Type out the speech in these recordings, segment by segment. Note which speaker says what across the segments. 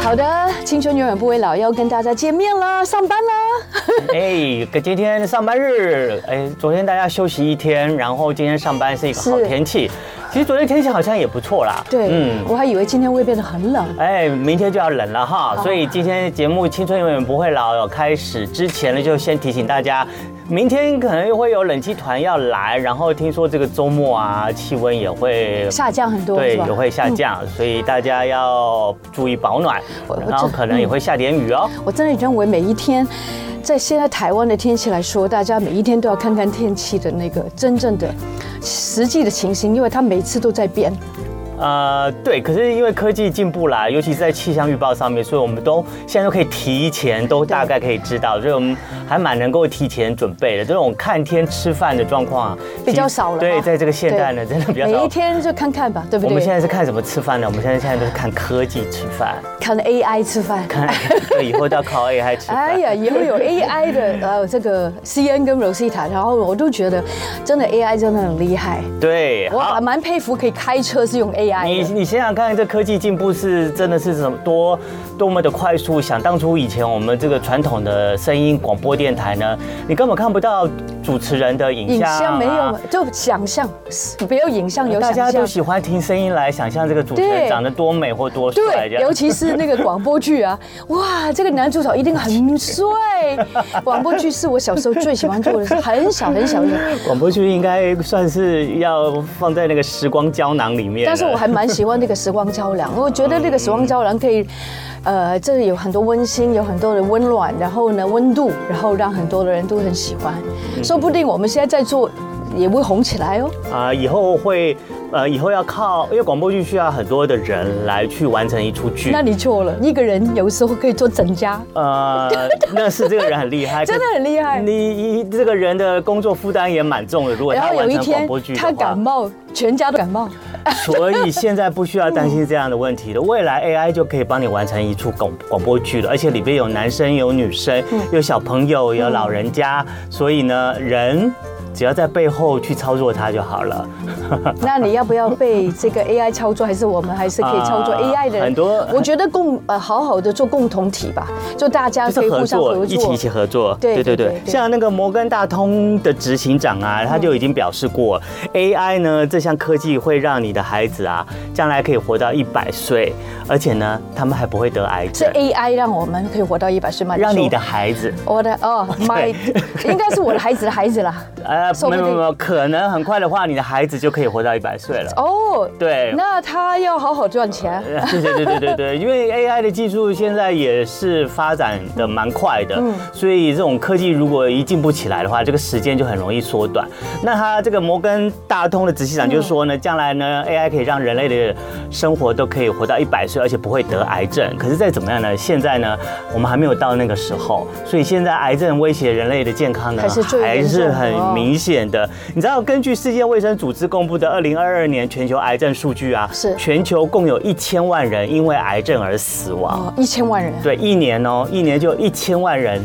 Speaker 1: 好的，青春永远不为老，又跟大家见面了，上班啦！
Speaker 2: 哎，可今天上班日，哎，昨天大家休息一天，然后今天上班是一个好
Speaker 1: 是
Speaker 2: 天气。其实昨天天气好像也不错啦。嗯
Speaker 1: 对，嗯我还以为今天会变得很冷。
Speaker 2: 哎，明天就要冷了哈，所以今天节目《青春永远不会老》哦开始之前呢，就先提醒大家，明天可能会有冷气团要来，然后听说这个周末啊，气温也会
Speaker 1: 下降很多，
Speaker 2: 对
Speaker 1: 是吧嗯
Speaker 2: 也会下降，所以大家要注意保暖
Speaker 1: 我嗯我，
Speaker 2: 然后
Speaker 1: 这
Speaker 2: 可能也会下点雨哦。
Speaker 1: 我真的认为每一天，在现在台湾的天气来说，大家每一天都要看看天气的那个真正的实际的情形，因为它每次都在变。
Speaker 2: 呃，对，可是因为科技进步啦，尤其是在气象预报上面，所以我们都现在都可以提前都大概可以知道，所以我们还蛮能够提前准备的。这种看天吃饭的状况啊，
Speaker 1: 比较少了
Speaker 2: 其实对，
Speaker 1: 哈
Speaker 2: 在这个现代呢，
Speaker 1: 对
Speaker 2: 真的比较
Speaker 1: 每
Speaker 2: 少
Speaker 1: 一。天就看看吧，对不
Speaker 2: 我
Speaker 1: 对？
Speaker 2: 们现在是看什么吃饭呢？我们现在现在都是看科技吃饭，
Speaker 1: 看 AI 吃饭。
Speaker 2: 看对以后都要靠 AI 吃
Speaker 1: 哎
Speaker 2: 饭。
Speaker 1: 呀，以后有 AI 的呃，这个 CN 跟 Rosita，然后我都觉得真的 AI 真的很厉害，
Speaker 2: 对，
Speaker 1: 我
Speaker 2: 好
Speaker 1: 还。蛮佩服可以开车是用 AI
Speaker 2: 你
Speaker 1: 的。
Speaker 2: 你想想看，这科技进步是真的是什么多多么的快速？想当初以前我们这个传统的声音广播电台呢，你根本看不到主持人的影
Speaker 1: 影
Speaker 2: 像、啊，
Speaker 1: 像没有，就想象，没有影像有
Speaker 2: 大家
Speaker 1: 想
Speaker 2: 都
Speaker 1: 象。
Speaker 2: 喜欢听声音来想象这个主持人
Speaker 1: 对
Speaker 2: 长得多美或多帅
Speaker 1: 对
Speaker 2: 这，样
Speaker 1: 尤。其是那个广播剧 啊，哇，这个男主角一定很帅。广播剧是我小时候最喜欢做的事，很小很小的时候，
Speaker 2: 广播剧应该算是要放在那个时光胶囊里面了，
Speaker 1: 但是我还蛮喜欢那个时光胶囊，我觉得那个时光胶囊可以，呃，这里有很多温馨，有很多的温暖，然后呢温度，然后让很多的人都很喜欢，
Speaker 2: 嗯
Speaker 1: 说不定我们现在在做也会红起来哦。
Speaker 2: 啊、以后会呃，以后要靠，因为广播剧需要很多的人来去完成一出剧。
Speaker 1: 那你错了，一个人有时候可以做整家，
Speaker 2: 呃， 那是这个人很厉害，
Speaker 1: 真的很厉害
Speaker 2: 你你这个人的工作负担也蛮重的，如果
Speaker 1: 然
Speaker 2: 他
Speaker 1: 后有
Speaker 2: 完
Speaker 1: 一
Speaker 2: 成广
Speaker 1: 天
Speaker 2: 播剧的
Speaker 1: 他感
Speaker 2: 话，
Speaker 1: 冒，全家都感 冒。
Speaker 2: 所以现在不需要担心这样的问题了。未来 AI 就可以帮你完成一出广广播剧了，而且里边有男生有女生，
Speaker 1: 嗯
Speaker 2: 有小朋友有老人家，所以呢，人只要在背后去操作它就好了。
Speaker 1: 那你要不要被这个 AI 操作，还是我们还是可以操作
Speaker 2: 啊
Speaker 1: AI 的人？
Speaker 2: 很多
Speaker 1: 我觉得共呃好好的做共同体吧，就大家
Speaker 2: 就
Speaker 1: 可以
Speaker 2: 是
Speaker 1: 互
Speaker 2: 合
Speaker 1: 相
Speaker 2: 作，
Speaker 1: 合
Speaker 2: 一起
Speaker 1: 作
Speaker 2: 一。起合作。
Speaker 1: 对对对对
Speaker 2: 像那个摩根大通的执行长啊，他就已经表示过，AI 呢这项科技会让你的孩子啊，将来可以活到一百岁，而且呢，他们还不会得癌
Speaker 1: 是
Speaker 2: 症，
Speaker 1: AI 让我们可以活到一百岁吗？
Speaker 2: 让你
Speaker 1: 说
Speaker 2: 的孩子，
Speaker 1: 我的 哦，my 应该是我的孩子的孩子啦。
Speaker 2: 呃，
Speaker 1: 说不
Speaker 2: 没有
Speaker 1: 定
Speaker 2: 没有没有，可能很快的话，你的孩子就可以活到一百岁了。
Speaker 1: 哦，
Speaker 2: 对
Speaker 1: 那他要好好赚钱。
Speaker 2: 对对对对对对，因为 AI 的技术现在也是发展的蛮快的，
Speaker 1: 嗯
Speaker 2: 所以这种科技如果一进步起来的话，这个时间就很容易缩短。那他这个摩根大通的执行长就说
Speaker 1: 嗯
Speaker 2: 呢，将来呢 AI 可以让人类的生活都可以活到一百岁，而且不会得癌症。可是再怎么样呢，现在呢我们还没有到那个时候，所以现在癌症威胁人类的健康呢
Speaker 1: 还是最
Speaker 2: 还
Speaker 1: 严重
Speaker 2: 是
Speaker 1: 的
Speaker 2: 很
Speaker 1: 哦
Speaker 2: 明显的。你知道，根据世界卫生组织公布的二零二二年全球癌症数据啊，
Speaker 1: 是
Speaker 2: 全球共有一千万人因为癌症而死亡。
Speaker 1: 哦，一千万人。
Speaker 2: 对，一年哦，一年就一千万人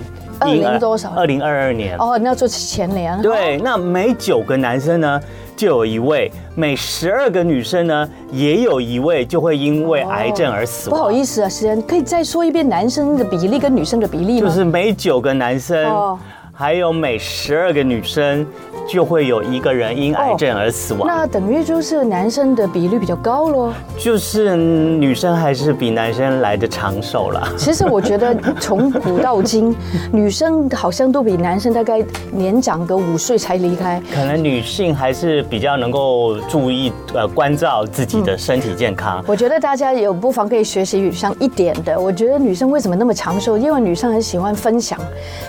Speaker 2: 因。
Speaker 1: 20多少
Speaker 2: 二零二二年。
Speaker 1: 哦，那做前年。
Speaker 2: 对，那每九个男生呢，就有一位；每十二个女生呢，也有一位就会因为癌症而死
Speaker 1: 不
Speaker 2: 亡。
Speaker 1: 好意思啊，时间可以再说一遍男生的比例跟女生的比例吗？
Speaker 2: 就是每九个男生，
Speaker 1: 哦
Speaker 2: 还有每十二个女生，就会有一个人因癌症而死亡。
Speaker 1: 哦那等于就是男生的比率比较高 咯。
Speaker 2: 就是嗯女生还是比男生来的长寿啦。
Speaker 1: 其实我觉得从古到今，女生好像都比男生大概年长个五岁才离开。
Speaker 2: 可能女性还是比较能够注意呃关照自己的身体健康。
Speaker 1: 我觉得大家有不妨可以学习女生一点的。我觉得女生为什么那么长寿？因为女生很喜欢分享，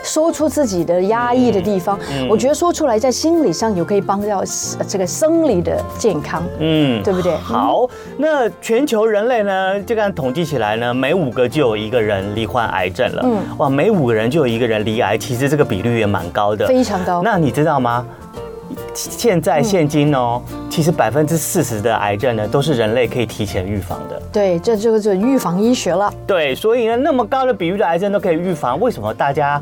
Speaker 1: 说出自己的压抑的地方。
Speaker 2: 嗯
Speaker 1: 我觉得说出来在心理上有可以帮到呃这个生理的健康，
Speaker 2: 嗯，
Speaker 1: 对不对？
Speaker 2: 好，那全球人类呢，这样统计起来呢，每五个就有一个人罹患癌症了。嗯，哇，每五个人就有一个人罹癌，其实这个比率也蛮高的，
Speaker 1: 非常高嗯
Speaker 2: 那你知道吗？现在现今哦，其实百分之四十的癌症呢，都是人类可以提前预防的。
Speaker 1: 对，这就是预防医学了。
Speaker 2: 对，所以呢，那么高的比率的癌症都可以预防，为什么大家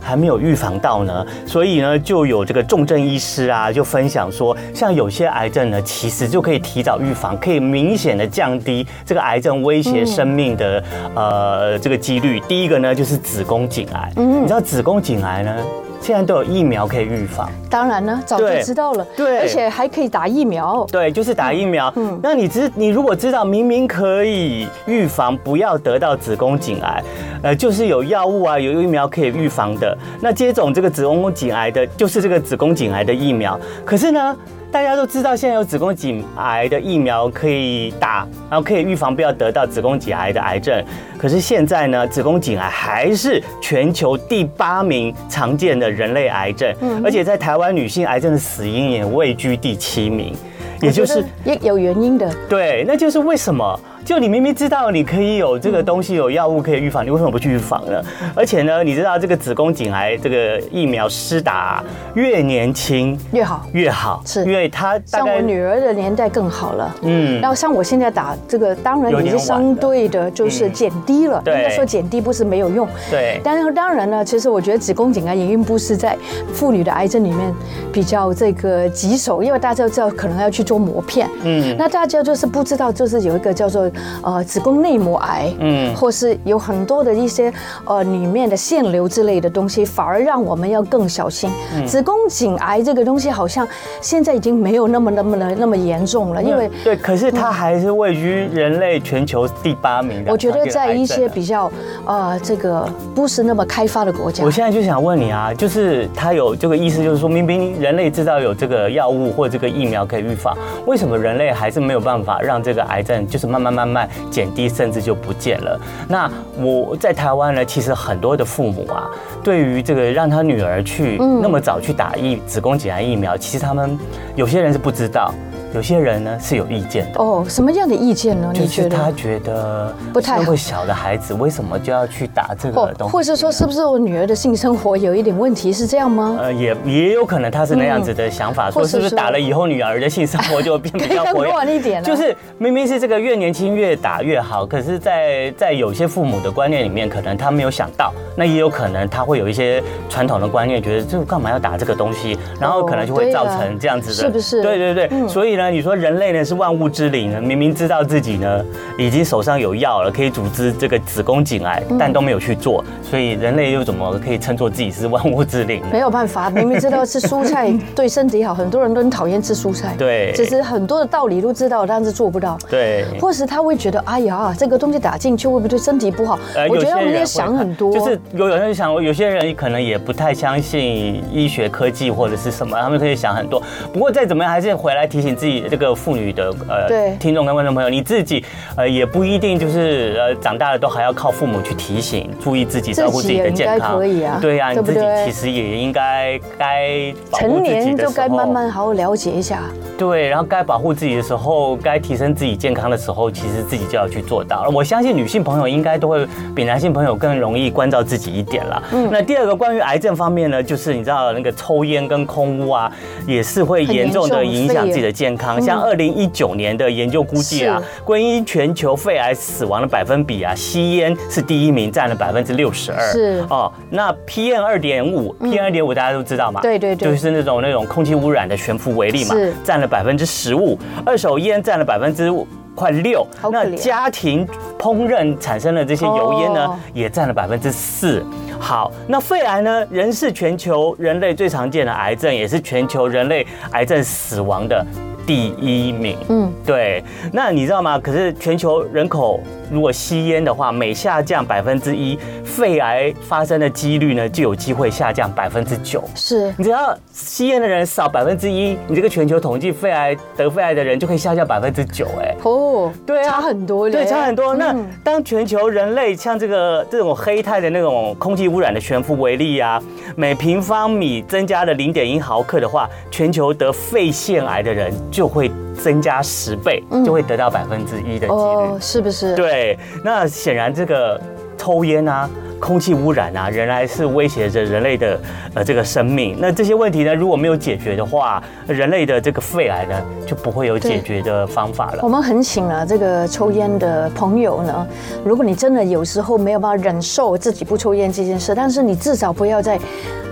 Speaker 2: 还没有预防到呢？所以呢，就有这个重症医师啊，就分享说，像有些癌症呢，其实就可以提早预防，可以明显的降低这个癌症威胁生命的、呃这个几率。第一个呢，就是子宫颈癌，你知道子宫颈癌呢？现在都有疫苗可以预防，
Speaker 1: 当然呢，早就
Speaker 2: 对
Speaker 1: 知道了，
Speaker 2: 对
Speaker 1: 而且还可以打疫苗。
Speaker 2: 对，就是打疫苗。嗯，那你知你如果知道明明可以预防不要得到子宫颈癌，呃，就是有药物啊，有疫苗可以预防的。那接种这个子宫颈癌的，就是这个子宫颈癌的疫苗。可是呢？大家都知道，现在有子宫颈癌的疫苗可以打，然后可以预防不要得到子宫颈癌的癌症。可是现在呢，子宫颈癌还是全球第八名常见的人类癌症，而且在台湾女性癌症的死因也位居第七名。也就
Speaker 1: 我觉
Speaker 2: 是
Speaker 1: 得也有原因的，
Speaker 2: 对，那就是为什么？就你明明知道你可以有这个
Speaker 1: 嗯
Speaker 2: 东西，有药物可以预防，你为什么不去预防呢？而且呢，你知道这个子宫颈癌这个疫苗施打啊越年轻
Speaker 1: 越好。
Speaker 2: 越好，
Speaker 1: 是
Speaker 2: 因为它大
Speaker 1: 像
Speaker 2: 概
Speaker 1: 我女儿的年代更好了，
Speaker 2: 嗯
Speaker 1: 然后像我现在打这个，当然
Speaker 2: 有
Speaker 1: 也
Speaker 2: 点
Speaker 1: 是
Speaker 2: 晚
Speaker 1: 相
Speaker 2: 了
Speaker 1: 对的，就是
Speaker 2: 嗯
Speaker 1: 减低了。应
Speaker 2: 对
Speaker 1: 该说减低不是没有用，
Speaker 2: 对
Speaker 1: 但是当然呢，其实我觉得子宫颈癌也并不是在妇女的癌症里面比较这个棘手，因为大家都知道可能要去做磨片，
Speaker 2: 嗯
Speaker 1: 那大家就是不知道，就是有一个叫做呃子宫内膜癌，
Speaker 2: 嗯
Speaker 1: 或是有很多的一些呃里面的腺瘤之类的东西，反而让我们要更小心。
Speaker 2: 嗯
Speaker 1: 子宫颈癌这个东西好像现在已经没有那么那么的那么严重
Speaker 2: 嗯
Speaker 1: 了，因为。嗯
Speaker 2: 对，可是它还是位居人类全球第八名的。
Speaker 1: 我觉得在一些
Speaker 2: 癌症啊
Speaker 1: 比较，呃，这个不是那么开发的国家
Speaker 2: 我，现在就想问你啊，
Speaker 1: 嗯
Speaker 2: 就是他有这个意思，就是说明明人类知道有这个药物或这个疫苗可以预防，为什么人类还是没有办法让这个癌症就是慢慢慢慢减低，甚至就不见了？那我在台湾呢，其实很多的父母啊，对于这个让他女儿去
Speaker 1: 嗯
Speaker 2: 那么早去打疫子宫颈癌疫苗，其实他们有些人是不知道，有些人呢是有意见的。
Speaker 1: 哦，什么样的意见呢？
Speaker 2: 就
Speaker 1: 你觉
Speaker 2: 是他
Speaker 1: 得？
Speaker 2: 觉得
Speaker 1: 不太好
Speaker 2: 那么小的孩子为什么就要去打这
Speaker 1: 或
Speaker 2: 个东西？啊
Speaker 1: 或是说，是不是我女儿的性生活有一点问题？是这样吗？
Speaker 2: 呃，也也有可能他是那样子的想法，
Speaker 1: 嗯
Speaker 2: 说
Speaker 1: 或是
Speaker 2: 是不是
Speaker 1: 说
Speaker 2: 打了以后女儿的性生活就变比较
Speaker 1: 更
Speaker 2: 活
Speaker 1: 乱
Speaker 2: 跃
Speaker 1: 一点啊
Speaker 2: 呃就是明明是这个越年轻越打越好，可是在，在有些父母的观念里面，可能他没有想到，那也有可能他会有一些传统的观念，觉得这干嘛要打这个东西，然后可能就
Speaker 1: 哦
Speaker 2: 会
Speaker 1: 对啊
Speaker 2: 造成这样子的，
Speaker 1: 是不是嗯
Speaker 2: 对对对，所以呢，你说人类呢是万物之灵呢，明明知道自己呢已经手上有药了，可以阻止这个子宫颈癌，
Speaker 1: 嗯
Speaker 2: 但都没有去做，所以人类又怎么可以称作自己是万物之灵呢？
Speaker 1: 没有办 法，明明知道吃蔬菜对身体好，很多人都很讨厌吃蔬菜。
Speaker 2: 对
Speaker 1: 其实很多的道理都知道，但是做不到。
Speaker 2: 对
Speaker 1: 或是他会觉得，哎呀，这个东西打进去会不会对身体不好？
Speaker 2: 呃
Speaker 1: 我觉得我们也想很多。
Speaker 2: 就是有有人想，有些人可能也不太相信医学科技或者是什么，他们可以想很多。不过再怎么样，还是回来提醒自己这个妇女的
Speaker 1: 对
Speaker 2: 呃听众跟观众朋友，你自己呃也不一定就是呃长大了都还要靠父母去提醒，注意自己照顾自己的健康。
Speaker 1: 自己也应该可以啊
Speaker 2: 对呀、
Speaker 1: 对
Speaker 2: 你
Speaker 1: 不
Speaker 2: 自己
Speaker 1: 对
Speaker 2: 其实也应该该保护
Speaker 1: 成
Speaker 2: 自己
Speaker 1: 年
Speaker 2: 的
Speaker 1: 就
Speaker 2: 时
Speaker 1: 该
Speaker 2: 候。
Speaker 1: 慢慢好好了解一下。
Speaker 2: 对，然后该保护自己的时候，该提升自己健康的时候，其实自己就要去做到。我相信女性朋友应该都会比男性朋友更容易关照自己一点啦。
Speaker 1: 嗯
Speaker 2: 那第二个关于癌症方面呢，就是你知道那个抽烟跟空污啊，也是会
Speaker 1: 很严
Speaker 2: 严重的
Speaker 1: 重
Speaker 2: 影
Speaker 1: 肺
Speaker 2: 响
Speaker 1: 炎
Speaker 2: 自己的健康。像二零一九年的研究估计啊，归因全球肺癌死亡的百分比啊，吸烟是第一名，占了百分之六十二。
Speaker 1: 是嗯
Speaker 2: 哦，那 PM 二点五，PM 二点五大家都知道嘛，
Speaker 1: 对对对
Speaker 2: 就是那种那种空气污染的悬浮微粒嘛
Speaker 1: 是，
Speaker 2: 占了百分之十五，二手烟占了百分之快六
Speaker 1: 好，可
Speaker 2: 那
Speaker 1: 怜
Speaker 2: 家庭烹饪产生的这些油烟呢，
Speaker 1: 哦
Speaker 2: 也占了百分之四。好，那肺癌呢，仍是全球人类最常见的癌症，也是全球人类癌症死亡的第一名。
Speaker 1: 嗯，
Speaker 2: 对，那你知道吗？可是全球人口如果吸烟的话，每下降百分之一，肺癌发生的几率呢就有机会下降百分之九。
Speaker 1: 是
Speaker 2: 你只要吸烟的人少百分之一，你这个全球统计肺癌得肺癌的人就可以下降百分之九，哎，
Speaker 1: 哦，
Speaker 2: 对啊
Speaker 1: 差很多嘞，
Speaker 2: 对，差很多。那
Speaker 1: 嗯
Speaker 2: 当全球人类像这个这种黑碳的那种空气污染的悬浮微粒啊，每平方米增加了零点一毫克的话，全球得肺腺癌的人就会增加十倍，就会得到
Speaker 1: 哦
Speaker 2: 百分之一的几率。
Speaker 1: 哦，是不是？
Speaker 2: 对，那显然这个抽烟啊、空气污染啊，仍然是威胁着人类的呃这个生命。那这些问题呢，如果没有解决的话，人类的这个肺癌呢就不会有解决的方法了
Speaker 1: 我。们很请啊，这个抽烟的朋友呢，如果你真的有时候没有办法忍受自己不抽烟这件事，但是你至少不要在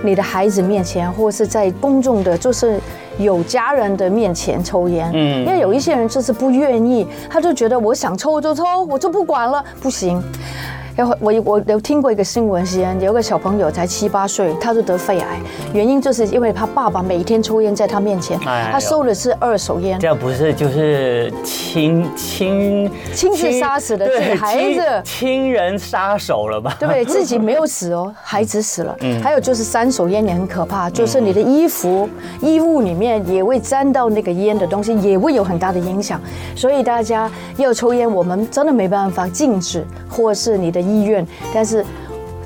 Speaker 1: 你的孩子面前，或是在公众的，就是有家人的面前抽烟。嗯，因为有一些人就是不愿意，他就觉得我想抽就抽，我就不管了，不行。然后我我有听过一个新闻，西安有个小朋友才七八岁，他就得肺癌，原因就是因为他爸爸每天抽烟在他面前，
Speaker 2: 哎呦
Speaker 1: 他收的是二手烟
Speaker 2: 这。样不是就是亲亲
Speaker 1: 亲自杀死的
Speaker 2: 对
Speaker 1: 孩子
Speaker 2: 亲亲人杀手了吧？
Speaker 1: 对不对？自己没有死哦，孩子死了。还有就是三手烟也很可怕，就是你的衣服、衣物里面也会沾到那个烟的东西，也会有很大的影响。所以大家要抽烟，我们真的没办法禁止，或是你的意愿，但是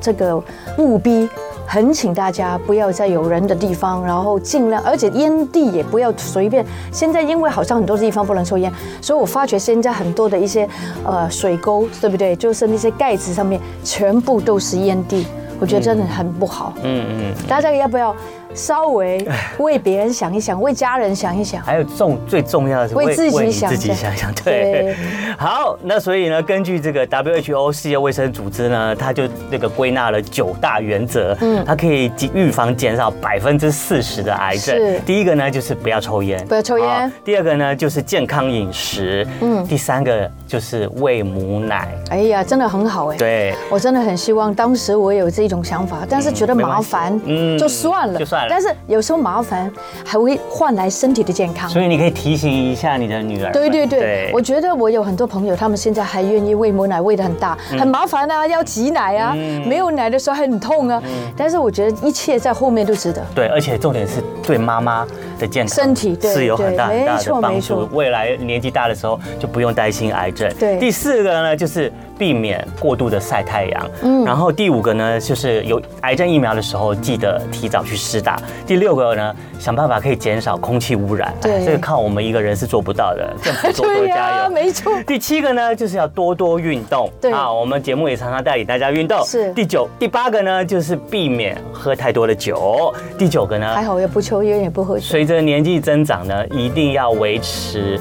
Speaker 1: 这个务必。很请大家不要在有人的地方，然后尽量，而且烟蒂也不要随便。现在因为好像很多地方不能抽烟，所以我发觉现在很多的一些呃水沟，对不对？就是那些盖子上面全部都是烟蒂，我觉得真的很不好。嗯嗯，大家要不要稍微为别人想一 想，为家人想一想？
Speaker 2: 还有重最重要的是
Speaker 1: 为自己
Speaker 2: 你
Speaker 1: 想
Speaker 2: 自己
Speaker 1: 对
Speaker 2: 想想，
Speaker 1: 对
Speaker 2: 对。好，那所以呢，根据这个 WHO 世界卫生组织呢，它就那个归纳了九大原则，嗯，它可以及预防减少百分之四十的癌
Speaker 1: 是
Speaker 2: 症。第一个呢就是不要抽烟，
Speaker 1: 不要抽烟
Speaker 2: 好第二个呢就是健康饮食，嗯。第三个就是喂母奶，
Speaker 1: 哎呀，真的很好哎。。
Speaker 2: 对。
Speaker 1: 我真的很希望，当时我有这种想法，但是觉得麻烦，
Speaker 2: 嗯没关系嗯
Speaker 1: 就算了，
Speaker 2: 就算了
Speaker 1: 但是有时候麻烦还会换来身体的健康。
Speaker 2: 所以你可以提醒一下你的女儿们。
Speaker 1: 对对对，我觉得我有很多朋友，他们现在还愿意喂母奶，喂得很大，
Speaker 2: 嗯
Speaker 1: 很麻烦啊，要挤奶啊，没有奶的时候还很痛啊。
Speaker 2: 嗯
Speaker 1: 但是我觉得一切在后面都值得。
Speaker 2: 对，而且重点是对妈妈的健康、
Speaker 1: 身体对
Speaker 2: 是有很大
Speaker 1: 对
Speaker 2: 很大
Speaker 1: 没错
Speaker 2: 的
Speaker 1: 没
Speaker 2: 帮
Speaker 1: 错
Speaker 2: 助。未来年纪大的时候就不用担心癌症。
Speaker 1: 对
Speaker 2: 第四个呢就是避免过度的晒太阳。嗯，然后第五个呢就是有癌症疫苗的时候记得提早去施打。第六个呢想办法可以减少空气污染。
Speaker 1: 对
Speaker 2: 哎这个靠我们一个人是做不到的，政府多 多
Speaker 1: 对
Speaker 2: 加
Speaker 1: 呀，
Speaker 2: 油。啊
Speaker 1: 没错。
Speaker 2: 第七个呢，就是要多多运动。
Speaker 1: 对
Speaker 2: 啊，我们节目也常常带领大家运动。
Speaker 1: 是
Speaker 2: 第九、第八个呢，就是避免喝太多的酒。第九个
Speaker 1: 还
Speaker 2: 呢，
Speaker 1: 好我也不抽烟，也不喝酒。
Speaker 2: 随着年纪增长呢，一定要维持，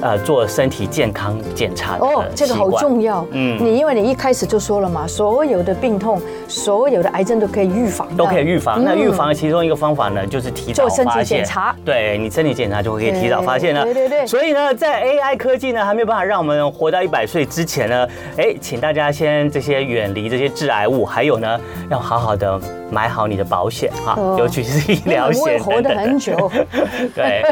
Speaker 2: 呃，做身体健康检查呃的习
Speaker 1: 哦
Speaker 2: 惯。，
Speaker 1: 这个好重要。嗯
Speaker 2: 嗯，
Speaker 1: 你因为你一开始就说了嘛，所有的病痛、所有的癌症都可以预防的，
Speaker 2: 都可以预防。那
Speaker 1: 嗯
Speaker 2: 预防其中一个方法呢，就是提早
Speaker 1: 做身体
Speaker 2: 发现
Speaker 1: 检查
Speaker 2: 对你身体检查就可以提早发现了。
Speaker 1: 对对对
Speaker 2: 所以呢，在 AI 科技呢还没有办法让我们活到一百岁之前呢，哎，请大家先这些远离这些致癌物，还有呢，要好好的买好你的保险哈
Speaker 1: 哦，
Speaker 2: 尤其是医
Speaker 1: 因为
Speaker 2: 疗
Speaker 1: 我们会
Speaker 2: 险
Speaker 1: 活
Speaker 2: 等
Speaker 1: 得
Speaker 2: 等
Speaker 1: 很
Speaker 2: 的。
Speaker 1: 久。
Speaker 2: 对，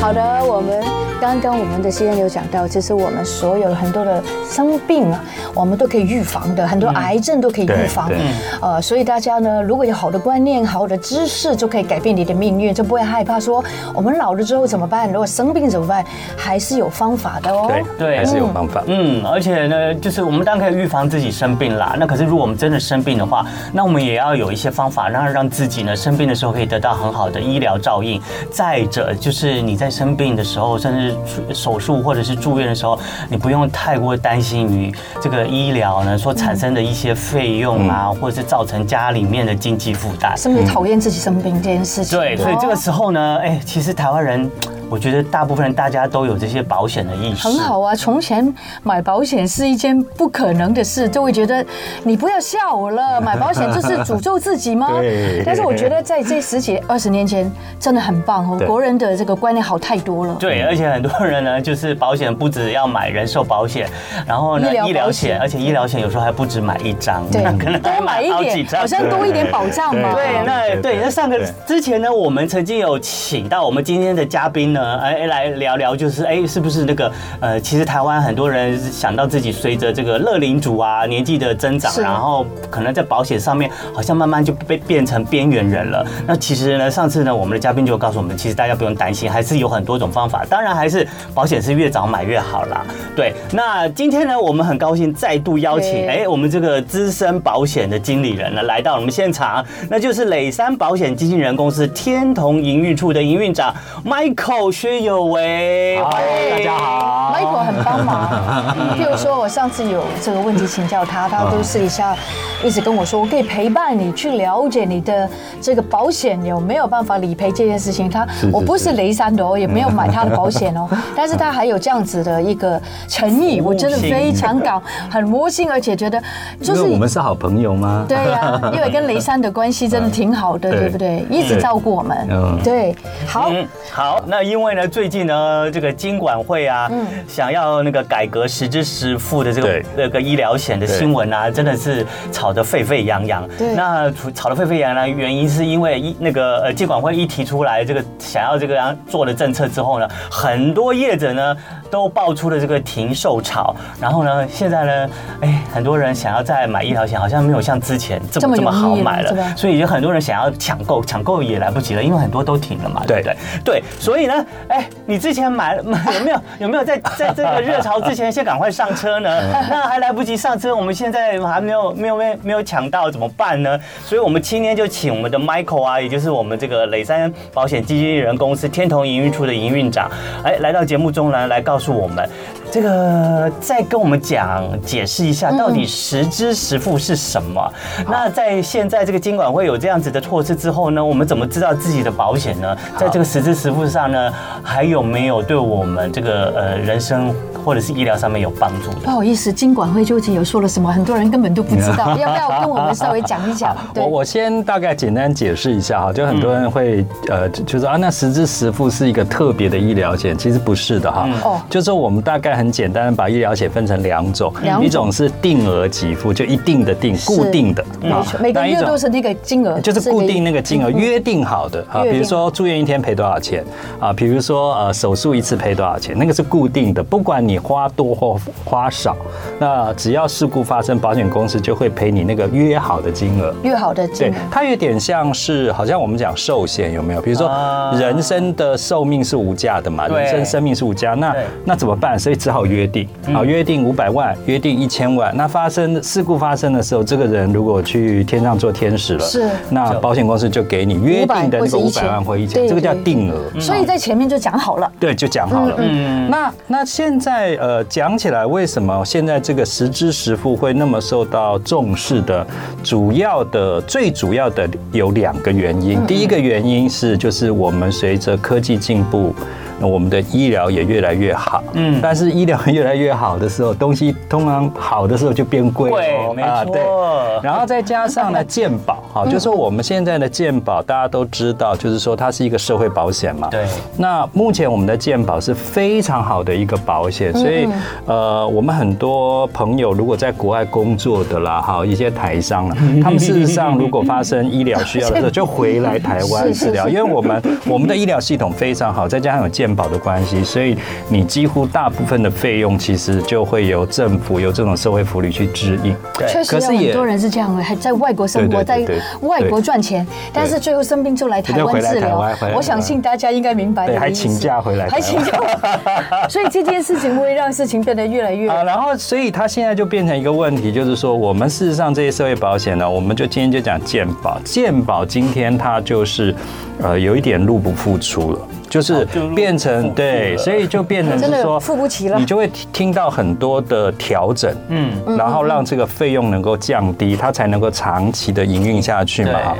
Speaker 1: 好的，我们刚刚我们的先生有讲到，其实我们所有很多的生病啊，我们都可以预防的，很多癌症都可以预防
Speaker 3: 对对。
Speaker 1: 呃，所以大家呢，如果有好的观念、好的知识，就可以改变你的命运，就不会害怕说我们老了之后怎么办，如果生病怎么办，还是有方法的哦。
Speaker 3: 对
Speaker 2: 对
Speaker 3: 还是有方法。？
Speaker 2: 嗯，而且呢，就是我们当然可以预防自己生病啦。那可是如果我们真的生病的话，那我们也要有一些方法，让让自己呢生病的时候可以得到很好的医疗照应。再者，就是你在生病的时候，甚至出手术或者是住院的时候，你不用太过担心于这个医疗呢所产生的一些费用啊，或者是造成家里面的经济负担。
Speaker 1: 是不是讨厌自己生病这件事情？
Speaker 2: 对，所以这个
Speaker 1: 哦
Speaker 2: 时候呢，哎，其实台湾人，我觉得大部分人大家都有这些保险的意识。
Speaker 1: 很好啊，从前买保险是一件不可能的事，就会觉得你不要吓我了，买保险就是诅咒自己吗
Speaker 3: 对
Speaker 1: 但是我觉得在这十几二十年前真的很棒哦，
Speaker 3: 对
Speaker 1: 国人的这个观念好太多了。
Speaker 2: 对，而且很多人呢，就是保险不止要买人寿保险，然后呢
Speaker 1: 医疗保
Speaker 2: 医疗
Speaker 1: 险
Speaker 2: 险，而且医疗险有时候还不止买一张，
Speaker 1: 对
Speaker 2: 可能，还
Speaker 1: 多买一
Speaker 2: 好几
Speaker 1: 点，
Speaker 2: 张
Speaker 1: 好像多一点保障嘛。
Speaker 2: 对，那
Speaker 3: 对
Speaker 2: 对，
Speaker 3: 对
Speaker 2: 那上个
Speaker 3: 对
Speaker 2: 之前呢，我们曾经有请到我们今天的嘉宾呢，哎，哎来聊聊，就是哎，是不是那个呃，其实台湾很多人想到自己随着这个乐龄族啊年纪的增长，
Speaker 1: 是
Speaker 2: 然后可能在保险上面好像慢慢就被变成边缘人了。那其实呢，上次呢，我们的嘉宾就告诉我们，其实大家不用担心，还是有很多种方法，当然还是保险是越早买越好啦。对，那今天呢，我们很高兴再度邀请
Speaker 1: 对
Speaker 2: 哎。我们这个资深保险的经理人呢，来到我们现场，那就是磊山保险经纪人公司天同营运处的营运长 Michael 有学有为。
Speaker 3: 好，大家好。
Speaker 1: Michael 很帮忙， 譬如说我上次有这个问题请教他，他都私底下一直跟我说，我可以陪伴你去了解你的这个保险有没有办法理赔这件事情。他
Speaker 3: 是
Speaker 1: 我不
Speaker 3: 是
Speaker 1: 是雷山的哦，也没有买他的保险哦，但是他还有这样子的一个诚意，
Speaker 2: 服务
Speaker 1: 我真的
Speaker 2: 性
Speaker 1: 非常 感很魔性，而且觉得就
Speaker 3: 因
Speaker 1: 是
Speaker 3: 为我们是好朋友吗？
Speaker 1: 对呀、因为跟雷山的关系真的挺好的，
Speaker 3: 对
Speaker 1: 对不对？一直照顾我们
Speaker 3: 嗯，
Speaker 1: 对，好。
Speaker 2: 嗯，好，那因为呢，最近呢，这个金管会啊，
Speaker 1: 嗯
Speaker 2: 想要那个改革实支实付的这个
Speaker 3: 对
Speaker 2: 那个医疗险的新闻啊，真的是吵得沸沸扬扬。
Speaker 1: 对
Speaker 2: 那除吵得沸沸扬扬，原因是因为一那个呃监管会一提出来这个想要这个样做的政策之后呢，很多业者呢都爆出了这个停售潮，然后呢，现在呢，哎，很多人想要再买医疗险，好像没有像之前这
Speaker 1: 这么
Speaker 2: 么这么
Speaker 1: 容易了
Speaker 2: 好买
Speaker 1: 是
Speaker 2: 了
Speaker 1: 吧，
Speaker 2: 所以有很多人想要抢购，抢购也来不及了，因为很多都停了嘛，对
Speaker 3: 对
Speaker 2: 不对？对，所以呢，哎，你之前买了买有没有有没有在在这个热潮之前先赶快上车呢？那还来不及上车，我们现在还没有没有没有没有抢到怎么办呢？所以我们今天就请我们的 Michael 啊，也就是我们这个磊山保险经纪人公司天同营运处的营运长，哎，来到节目中来来告诉我们。这个再跟我们讲解释一下，到底实支实付是什么？
Speaker 3: 嗯
Speaker 2: 那在现在这个监管会有这样子的措施之后呢，我们怎么知道自己的保险呢？在这个实支实付上呢，还有没有对我们这个呃人生或者是医疗上面有帮助
Speaker 1: 不
Speaker 2: 的？
Speaker 1: 好意思，金管会究竟有说了什么？很多人根本都不知 道，要不要跟我们稍微讲一讲？对
Speaker 3: 我，我先大概简单解释一下哈，就很多人会、
Speaker 1: 嗯
Speaker 3: 呃，就就是啊，那实支实付是一个特别的医疗险，其实不是的哈。
Speaker 1: 哦
Speaker 3: 就是我们大概很简单地把医疗险分成两种，
Speaker 1: 两种
Speaker 3: 一种是定额给付，就一定的定，固定的啊
Speaker 1: 没错嗯每个
Speaker 3: 那一
Speaker 1: 月
Speaker 3: 种
Speaker 1: 都是那个金额，
Speaker 3: 就是固定那个金额，
Speaker 1: 嗯
Speaker 3: 约定好的啊，
Speaker 1: 约定
Speaker 3: 比如说住院一天赔多少钱啊，比如说呃手术一次赔多少钱，那个是固定的，不管你花多或花少，那只要事故发生，保险公司就会赔你那个约好的金额。
Speaker 1: 越好的金
Speaker 3: 对
Speaker 1: 额。，
Speaker 3: 它有点像是，好像我们讲寿险有没有？比如说
Speaker 2: 啊，
Speaker 3: 人生的寿命是无价的嘛，
Speaker 2: 对
Speaker 3: 人生生命是无价，那
Speaker 2: 对
Speaker 3: 那怎么办？所以只好约定，啊，约定五百万，约定一千万。那发生事故发生的时候，这个人如果去天上做天使了，
Speaker 1: 是
Speaker 3: 那
Speaker 2: 就
Speaker 3: 保险公司就给你约定的那个
Speaker 1: 500
Speaker 3: 五
Speaker 1: 或是
Speaker 3: 百万
Speaker 1: 1000
Speaker 3: 或一千，
Speaker 1: 对
Speaker 3: 这个叫
Speaker 1: 对
Speaker 3: 定额。
Speaker 1: 所以在前面就讲好了，
Speaker 3: 对，就讲好了。
Speaker 2: 嗯
Speaker 3: 嗯，那那现在呃，讲起来为什么现在这个实支实付会那么受到重视的？主要的最主要的有两个原因。第一个原因是，就是我们随着科技进步，那我们的医疗也越来越好。
Speaker 2: 嗯
Speaker 3: 嗯，但是医疗越来越好的时候，东西通常好的时候就变贵哦
Speaker 2: 贵没错
Speaker 3: 然后再加上呢，健保哈， 就说我们现在的健保大家都知道，就是说它是一个社会保险嘛。
Speaker 2: 对
Speaker 3: 那目前我们的健保是非常好的一个保险，
Speaker 1: 嗯
Speaker 3: 所以呃，我们很多朋友如果在国外工作的啦，哈，一些台商 啦，他们事实上如果发生医疗需要的时候，就回来台湾
Speaker 1: 是是
Speaker 3: 治疗，
Speaker 1: 是
Speaker 3: 因为我们我们的医疗系统非常好，再加上有健保的关系，所以你几乎大部分的费用其实就会由政府由这种社会福利去支应。
Speaker 2: 对
Speaker 1: 确实
Speaker 3: 可
Speaker 1: 有
Speaker 3: 是也
Speaker 1: 很多人是这样的，还在外国生活，
Speaker 3: 对
Speaker 1: 在
Speaker 3: 对对对
Speaker 1: 外国赚钱，但是最后生病就来台
Speaker 3: 就
Speaker 1: 湾
Speaker 3: 回来
Speaker 1: 治
Speaker 3: 台
Speaker 1: 疗
Speaker 3: 湾回来台。湾
Speaker 1: 我相信大家应该明白我的
Speaker 3: 对还
Speaker 1: 意思
Speaker 3: 请假回来台
Speaker 1: 还
Speaker 3: 湾
Speaker 1: 请假。 所以这件事情会让事情变得越来越
Speaker 3: 啊，然后所以它现在就变成一个问题，就是说我们事实上这些社会保险呢，我们就今天就讲健保，健保今天它就是呃有一点入不敷出了。就是
Speaker 2: 哦就入不
Speaker 3: 变
Speaker 2: 敷
Speaker 3: 成
Speaker 2: 出
Speaker 3: 对，
Speaker 2: 了
Speaker 3: 所以就变成
Speaker 1: 真的
Speaker 3: 是说
Speaker 1: 付不起了
Speaker 3: 你就会听听到很多的调整，
Speaker 2: 嗯
Speaker 3: 嗯，然后让这个费用能够降低，它才能够长期的营运下去嘛
Speaker 2: 对。
Speaker 3: 哈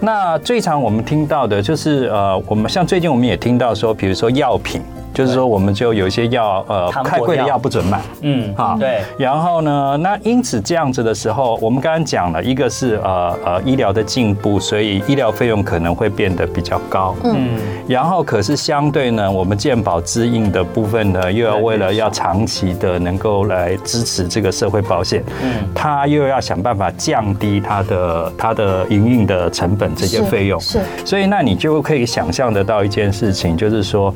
Speaker 3: 那最常我们听到的就是呃，我们像最近我们也听到说，比如说药品，就是说我们就有一些药呃
Speaker 2: 糖果
Speaker 3: 太贵的
Speaker 2: 药
Speaker 3: 药不准买，
Speaker 2: 嗯，
Speaker 3: 好，
Speaker 2: 对，
Speaker 3: 然后呢，那因此这样子的时候，我们刚刚讲了，一个是呃呃医疗的进步，所以医疗费用可能会变得比较高。嗯。
Speaker 2: 嗯，
Speaker 3: 然后可是相对呢，我们健保支应的部分呢，又要为了要长期的能够来支持这个社会保险，
Speaker 2: 嗯
Speaker 3: 嗯，它又要想办法降低它的它的营运的成本这些
Speaker 1: 是
Speaker 3: 费用。
Speaker 1: 是
Speaker 3: 所以那你就可以想象得到一件事情，就是说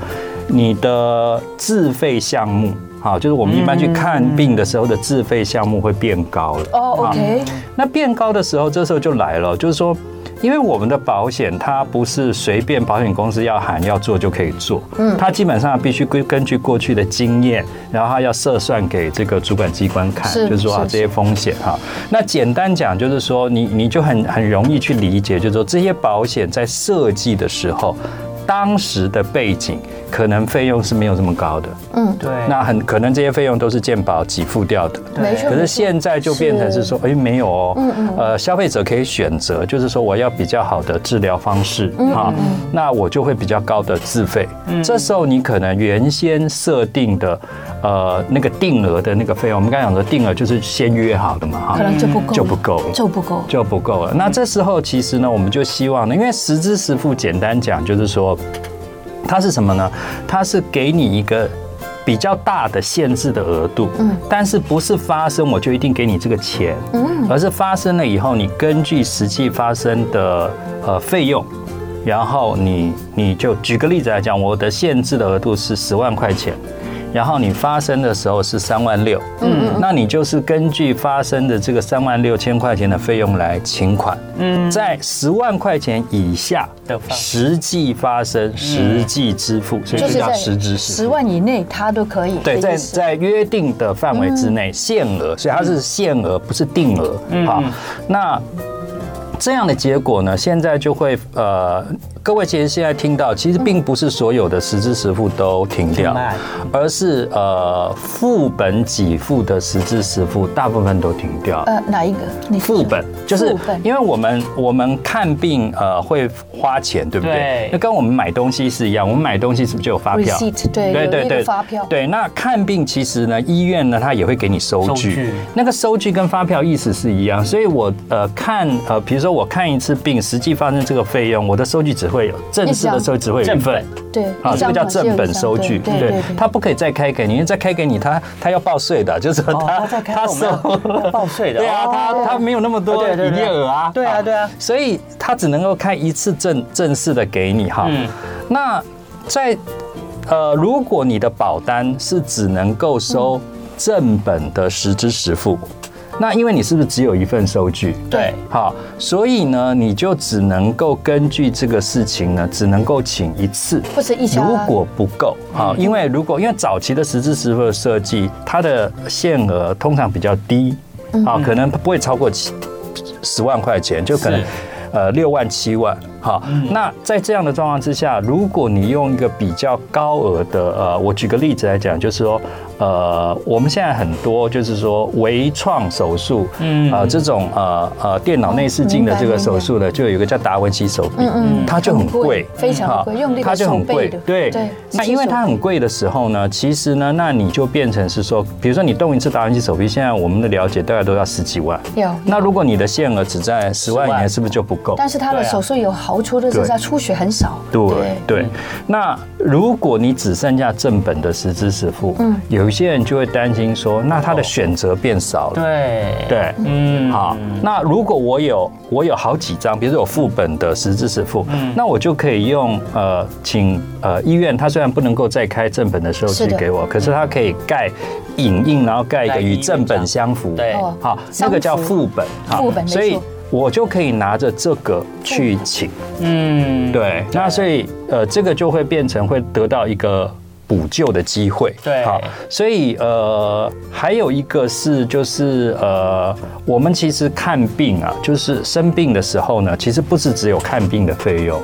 Speaker 3: 你的自费项目。好，就是我们一般去看病的时候的自费项目会变高了。啊
Speaker 1: 哦，OK，
Speaker 3: 那变高的时候，这时候就来了，就是说，因为我们的保险它不是随便保险公司要喊要做就可以做，嗯，它基本上必须根根据过去的经验，然后它要设算给这个主管机关看，
Speaker 1: 是
Speaker 3: 就是说啊
Speaker 1: 是
Speaker 3: 这些风险哈。那简单讲就是说，你你就很很容易去理解，就是说这些保险在设计的时候，当时的背景可能费用是没有这么高的，
Speaker 2: 对，
Speaker 3: 那很可能这些费用都是健保给付掉的。
Speaker 2: 对
Speaker 1: 没错。
Speaker 3: 可
Speaker 1: 没错
Speaker 3: 是现在就变成是说，哎，没有
Speaker 1: 嗯
Speaker 3: 哦，呃，消费者可以选择，就是说我要比较好的治疗方式
Speaker 1: 嗯
Speaker 3: 哈，那我就会比较高的自费。这时候你可能原先设定的，呃，那个定额的那个费用，我们刚才讲的定额就是先约好的嘛哈，
Speaker 1: 可能就不够了，
Speaker 3: 就不够，嗯
Speaker 1: 就不够。
Speaker 3: 就不够了。那这时候其实呢，我们就希望呢，因为实支实付，简单讲就是说，它是什么呢？它是给你一个。比较大的限制的额度，嗯，但是不是发生我就一定给你这个钱，嗯，而是发生了以后，你根据实际发生的呃费用，然后你你就举个例子来讲，我的限制的额度是十万块钱，然后你发生的时候是三万六，嗯，那你就是根据发生的这个三万六千块钱的费用来请款，嗯，在十万块钱以下
Speaker 2: 的范围
Speaker 3: 实际发生、实际支付，所以就叫实支实付
Speaker 1: 十万以内，他都可以。
Speaker 3: 对，在
Speaker 1: 这意思
Speaker 3: 在约定的范围之内，限额，所以它是限额，不是定额。好，那这样的结果呢，现在就会呃，各位其实现在听到，其实并不是所有的实支实付都停掉
Speaker 2: 停卖，
Speaker 3: 而是呃副本给付的实支实付大部分都停掉。
Speaker 1: 呃哪一个？你说
Speaker 3: 副本就是
Speaker 1: 副本
Speaker 3: 因为我们我们看病呃会花钱，对不对
Speaker 2: 对？
Speaker 3: 那跟我们买东西是一样，我们买东西是不是就有发票
Speaker 1: Receipt，对有一个发票
Speaker 3: 对，那看病其实呢，医院呢它也会给你收
Speaker 2: 收
Speaker 3: 据
Speaker 2: 据，
Speaker 3: 那个收据跟发票意思是一样，所以我呃看呃，比如说我看一次病，实际发生这个费用，我的收据只会有正式的收据只会有一
Speaker 2: 正
Speaker 3: 份
Speaker 2: 本。
Speaker 1: 对，
Speaker 3: 啊，
Speaker 1: 一
Speaker 3: 这
Speaker 1: 张
Speaker 3: 个
Speaker 1: 款
Speaker 3: 叫
Speaker 1: 是有
Speaker 3: 正
Speaker 1: 一
Speaker 3: 本
Speaker 1: 张
Speaker 3: 收据，
Speaker 1: 对对对，
Speaker 3: 他不可以再开给你，因为再开给你，他他要报税的，就是说
Speaker 2: 哦
Speaker 3: 他
Speaker 2: 他再开我们要要报税的
Speaker 3: 对啊，
Speaker 2: 哦
Speaker 3: 他他没有那么多
Speaker 2: 对对对
Speaker 3: 营业额啊，
Speaker 2: 对啊对啊
Speaker 3: 所以他只能够开一次正正式的给你哈
Speaker 2: 嗯。
Speaker 3: 那在呃，如果你的保单是只能够收正本的实支实付，那因为你是不是只有一份收据？
Speaker 2: 对，
Speaker 3: 好，所以呢，你就只能够根据这个事情呢，只能够请一次，
Speaker 1: 或者一家
Speaker 3: 如果不够啊，因为如果因为早期的实质实付的设计，它的限额通常比较低啊，可能不会超过七十万块钱，就可能
Speaker 2: 是嗯
Speaker 3: 呃六万七万。好，那在这样的状况之下，如果你用一个比较高额的呃，我举个例子来讲，就是说呃，我们现在很多就是说微创手术，嗯
Speaker 2: 嗯
Speaker 3: 啊这种呃呃电脑内视镜的这个手术呢，就有一个叫达文西手臂，
Speaker 1: 嗯嗯
Speaker 3: 它就很
Speaker 1: 很贵
Speaker 3: 贵，
Speaker 1: 非常
Speaker 3: 好
Speaker 1: 贵用力
Speaker 3: 它就
Speaker 1: 手
Speaker 3: 很
Speaker 1: 背
Speaker 3: 贵
Speaker 1: 的，
Speaker 3: 对
Speaker 1: 对
Speaker 3: 那因为它很贵的时候呢，其实呢，那你就变成是说，比如说你动一次达文西手臂，现在我们的了解大概都要十几万。
Speaker 1: 有。
Speaker 3: 那如果你的限额只在十万以
Speaker 2: 10
Speaker 3: 内，
Speaker 2: 万
Speaker 3: 是不是就不够？
Speaker 1: 但是他的
Speaker 2: 对啊
Speaker 1: 手术有好处的
Speaker 3: 对
Speaker 1: 是，他出血很少。
Speaker 3: 对对，那如果你只剩下正本的实支实付，嗯，有一些人就会担心说，那他的选择变少了。
Speaker 2: 对，
Speaker 3: 对，
Speaker 2: 嗯
Speaker 3: 好，啊那如果我有我有好几张，比如说有副本的实质实付，
Speaker 2: 嗯
Speaker 3: 那我就可以用呃，请呃医院，他虽然不能够再开正本的收
Speaker 1: 是
Speaker 3: 据
Speaker 1: 的
Speaker 3: 给
Speaker 2: 嗯
Speaker 3: 我，可是他可以盖影印，然后盖一个
Speaker 2: 盖
Speaker 3: 与
Speaker 2: 印
Speaker 3: 正本
Speaker 2: 章
Speaker 3: 相符，
Speaker 2: 对
Speaker 1: 哦
Speaker 3: 好，那个叫副本，好
Speaker 1: 副本没
Speaker 3: 所以
Speaker 1: 错
Speaker 3: 我就可以拿着这个去请，
Speaker 2: 嗯，
Speaker 3: 对，那所以呃，这个就会变成会得到一个补救的机会。
Speaker 2: 对
Speaker 3: 好，所以呃，还有一个是就是呃，我们其实看病啊，就是生病的时候呢，其实不是只有看病的费用。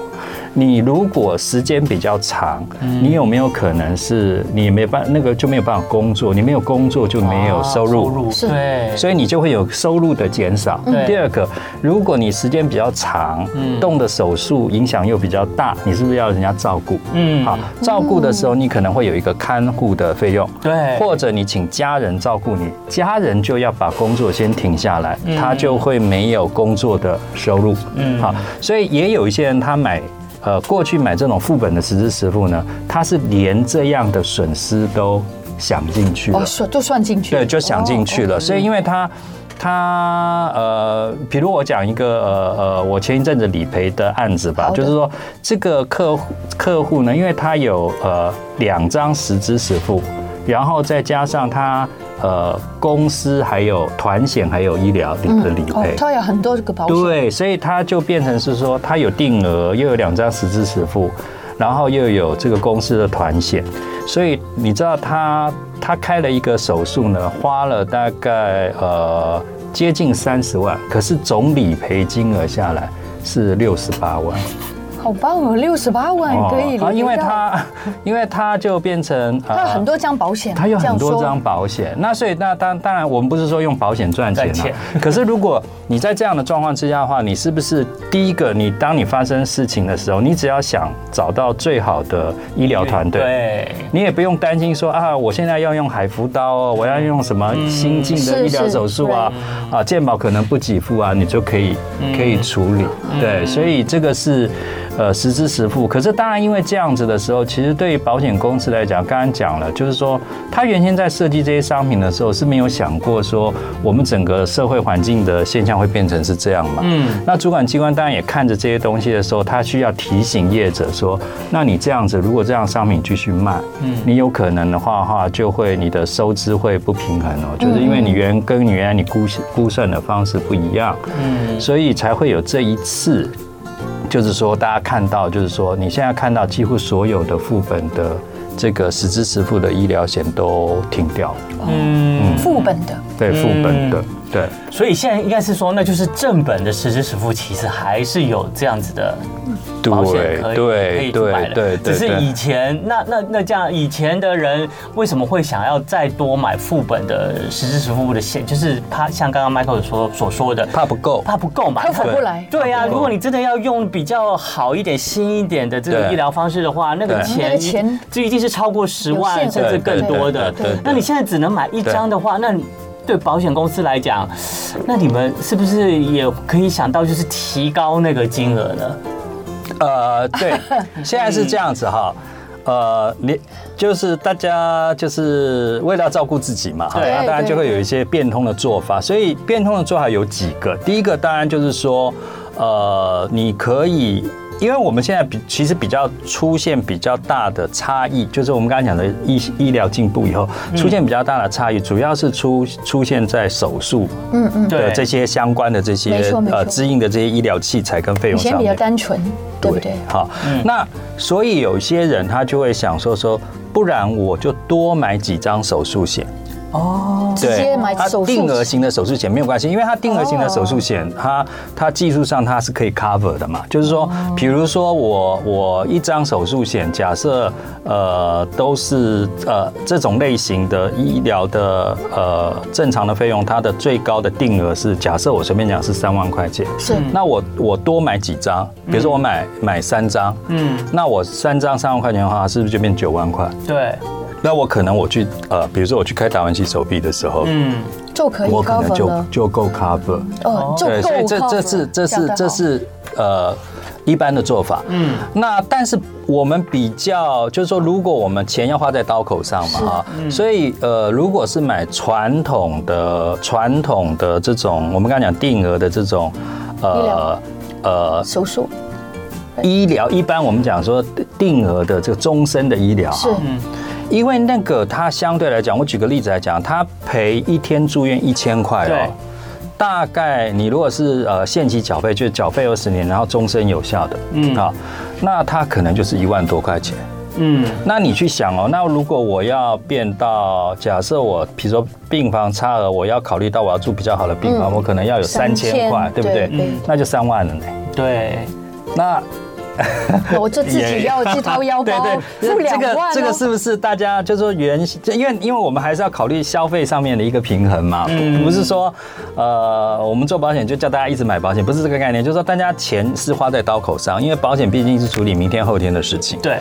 Speaker 3: 你如果时间比较长，你有没有可能是你没办那个就没有办法工作，你没有工作就没有收入，
Speaker 1: 是
Speaker 2: 哦对，
Speaker 3: 所以你就会有收入的减少。
Speaker 2: 嗯对嗯
Speaker 3: 第二个，如果你时间比较长，动的手术影响又比较大，你是不是要人家照顾？
Speaker 2: 嗯
Speaker 3: 好，照顾的时候你可能会有一个看护的费用，
Speaker 2: 嗯对
Speaker 3: 或者你请家人照顾你，家人就要把工作先停下来，他就会没有工作的收入。
Speaker 2: 嗯
Speaker 3: 好，所以也有一些人他买。呃，过去买这种副本的实支实付呢，他是连这样的损失都想进去了
Speaker 1: 哦，。算都算进去。
Speaker 3: 对，就想进去
Speaker 1: 哦。
Speaker 3: 了。所以因为他他呃，比如我讲一个呃呃，我前一阵子理赔的案子吧
Speaker 1: 好，的
Speaker 3: 就是说这个客户客户呢，因为他有呃两张实支实付，然后再加上他呃公司还有团险还有医疗理的理
Speaker 1: 哦，
Speaker 3: 赔。
Speaker 1: 他有很多这个保险。
Speaker 3: 对，所以他就变成是说，他有定额，又有两张实支实付，然后又有这个公司的团险，所以你知道他他开了一个手术呢，花了大概呃接近三十万，可是总理赔金额下来是六十八万。
Speaker 1: 好棒哦，六十八万可以理赔
Speaker 3: 啊，
Speaker 1: 到
Speaker 3: 因为它，因为它就变成
Speaker 1: 它
Speaker 3: 呃它
Speaker 1: 有很多张保险，
Speaker 3: 它有很
Speaker 1: 这
Speaker 3: 多
Speaker 1: 样说
Speaker 3: 张保险，那所以那当当然，我们不是说用保险赚
Speaker 2: 赚
Speaker 3: 钱
Speaker 2: 钱
Speaker 3: 啊。可是如果你在这样的状况之下的话，你是不是第一个，你当你发生事情的时候，你只要想找到最好的医疗团队，
Speaker 2: 对，
Speaker 3: 你也不用担心说啊，我现在要用海服刀哦，我要用什么新进的医疗手术啊，啊，健保可能不给付啊，你就可以可以处理。对，所以这个是呃实支实付。可是当然，因为这样子的时候，其实对于保险公司来讲，刚刚讲了，就是说他原先在设计这些商品的时候是没有想过说我们整个社会环境的现象会变成是这样嘛。嗯，那主管机关当然也看着这些东西的时候，他需要提醒业者说，那你这样子如果这样商品继续卖，嗯，你有可能的话哈，就会你的收支会不平衡哦，就是因为你原跟你原来你估估算的方式不一样，嗯，所以才会有这一次。就是说，大家看到，就是说，你现在看到几乎所有的副本的这个实支实付的医疗险都停掉了，
Speaker 2: 嗯，
Speaker 1: 副本的，
Speaker 3: 对副本的
Speaker 2: 嗯，
Speaker 3: 对。
Speaker 2: 所以现在应该是说，那就是正本的实支实付，其实还是有这样子的保险可以可以
Speaker 3: 对对
Speaker 2: 去买
Speaker 3: 对
Speaker 2: 的
Speaker 3: 对，
Speaker 2: 只
Speaker 3: 对，
Speaker 2: 是以前那那那这样，以前的人为什么会想要再多买副本的实支实付的险？就是怕像刚刚 Michael 所所说的，
Speaker 3: 怕不够。
Speaker 2: 怕不够嘛，
Speaker 1: 克服不来
Speaker 2: 对呀、
Speaker 3: 怕不够
Speaker 2: 如果你真的要用比较好一点、新一点的这个
Speaker 3: 对
Speaker 2: 医疗方式的话，那个
Speaker 3: 对
Speaker 1: 那
Speaker 2: 钱
Speaker 1: 个钱
Speaker 2: 这一定是超过十万
Speaker 1: 有限
Speaker 2: 甚
Speaker 1: 额
Speaker 2: 至更多的
Speaker 3: 对对对对。
Speaker 2: 那你现在只能买一张的话，那你对保险公司来讲，那你们是不是也可以想到就是提高那个金额呢？
Speaker 3: 呃， 对，现在是这样子哈，呃，你就是大家就是为了要照顾自己嘛，哈，
Speaker 2: 对
Speaker 3: 那当然就会有一些变通的做法。所以变通的做法有几个，第一个当然就是说，呃，你可以。因为我们现在比其实比较出现比较大的差异，就是我们刚才讲的医医疗进步以后，出现比较大的差异，主要是出出现在手术
Speaker 1: 嗯嗯，
Speaker 3: 的这些相关的这些
Speaker 1: 没错没错
Speaker 3: 呃支应的这些医疗器材跟费
Speaker 1: 以
Speaker 3: 用
Speaker 1: 前
Speaker 3: 上
Speaker 1: 比较
Speaker 3: 面。
Speaker 1: 单纯，对不对？嗯
Speaker 3: 好，那所以有些人他就会想说说，不然我就多买几张手术险，
Speaker 1: 哦，直接买
Speaker 3: 他
Speaker 1: 手术哦
Speaker 3: 定额型的手术险没有关系，因为它定额型的手术险，它它技术上它是可以 cover 的嘛，就是说，比如说我我一张手术险，假设呃都是呃这种类型的医疗的呃正常的费用，它的最高的定额是，假设我随便讲是三万块钱，
Speaker 1: 是嗯
Speaker 3: 那我我多买几张，比如说我买买三张，
Speaker 2: 嗯
Speaker 3: 嗯，那我三张三万块钱的话，是不是就变九万块？
Speaker 2: 对，
Speaker 3: 那我可能我去呃，比如说我去开打完洗手臂的时候，
Speaker 2: 嗯，
Speaker 1: 就可以
Speaker 3: 我可能
Speaker 1: cover
Speaker 3: 就
Speaker 1: 了，
Speaker 3: 就够 cover。
Speaker 1: 哦，就
Speaker 3: 对，
Speaker 1: 够
Speaker 3: 所以这
Speaker 1: cover
Speaker 3: 这是这
Speaker 1: 样
Speaker 3: 是
Speaker 1: 的
Speaker 3: 这
Speaker 1: 好
Speaker 3: 是呃一般的做法。嗯，那但是我们比较就是说，如果我们钱要花在刀口上嘛哈，
Speaker 1: 嗯
Speaker 3: 所以呃，如果是买传统的传统的这种，我们刚才讲定额的这种，
Speaker 1: 医疗
Speaker 3: 呃呃
Speaker 1: 手术
Speaker 3: 医疗，一般我们讲说定额的这个终身的医疗哈
Speaker 1: 是
Speaker 3: 因为那个它相对来讲，我举个例子来讲，它赔一天住院一千块
Speaker 2: 对
Speaker 3: 哦，大概你如果是呃限期缴费，就是缴费二十年，然后终身有效的，嗯啊，那它可能就是一万多块钱。
Speaker 2: 嗯，
Speaker 3: 那你去想哦，那如果我要变到，假设我比如说病房差额，我要考虑到我要住比较好的病房，我可能要有三千块，对不对？
Speaker 1: 对
Speaker 3: 那就三万了呢。
Speaker 2: 对，
Speaker 3: 那
Speaker 1: 对 我就自己要自掏腰包
Speaker 3: 对对，
Speaker 1: 付两
Speaker 3: 这个
Speaker 1: 万哦，
Speaker 3: 这个是不是大家就说原这因为因为我们还是要考虑消费上面的一个平衡嘛，
Speaker 2: 嗯
Speaker 3: 不是说呃我们做保险就叫大家一直买保险，不是这个概念，就是说大家钱是花在刀口上，因为保险毕竟是处理明天后天的事情。
Speaker 2: 对，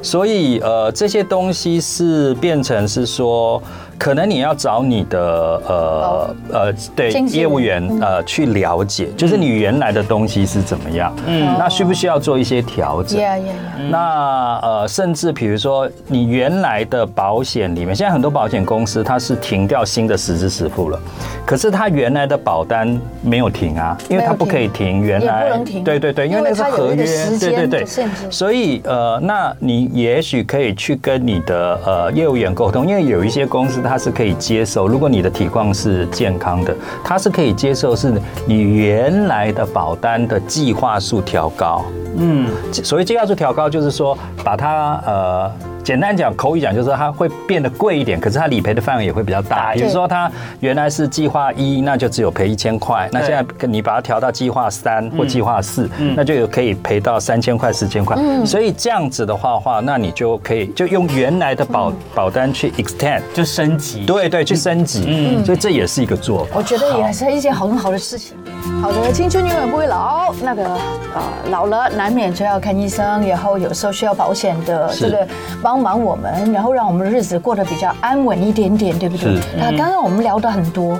Speaker 3: 所以呃，这些东西是变成是说，可能你要找你的呃呃对
Speaker 1: 经纪人
Speaker 3: 业务员呃去了解，就是你原来的东西是怎么样，嗯，那需不需要做一些调整？
Speaker 1: ，yeah yeah yeah。
Speaker 3: 那呃，甚至比如说你原来的保险里面，现在很多保险公司它是停掉新的实支实付了，可是它原来的保单没有停啊，因为它不可以停原来，
Speaker 1: 也不能停啊
Speaker 3: 对对对，因为
Speaker 1: 因为
Speaker 3: 那是
Speaker 1: 它有
Speaker 3: 合
Speaker 1: 一个
Speaker 3: 约
Speaker 1: 时，间
Speaker 3: 对对
Speaker 1: 的
Speaker 3: 对
Speaker 1: 限制，
Speaker 3: 所以呃，那你也许可以去跟你的呃业务员沟通，因为有一些公司它是可以接受，如果你的体况是健康的，它是可以接受是你原来的保单的计划数调高。
Speaker 2: 嗯，
Speaker 3: 所谓计划数调高，就是说把它呃简单讲，口语讲就是说它会变得贵一点，可是它理赔的范围也会比较大。
Speaker 2: 大一
Speaker 3: 比
Speaker 2: 点
Speaker 3: 如说它原来是计划一，那就只有赔一千块，那
Speaker 2: 对嗯
Speaker 3: 现在你把它调到计划三或计划四，那就有可以赔到三千块、四千块。所以这样子的话话，那你就可以就用原来的保保单去 extend。
Speaker 2: 就升级。
Speaker 3: 对对，去升级，
Speaker 2: 嗯
Speaker 3: 所以这也是一个做法。
Speaker 1: 我觉得也是一件很好的事情。好的，青春永远不会老。那个呃，老了难免就要看医生，然后有时候需要保险的
Speaker 3: 是
Speaker 1: 这个帮忙我们，然后让我们日子过得比较安稳一点点，对不对
Speaker 3: 是？嗯
Speaker 1: 那刚刚我们聊的很多，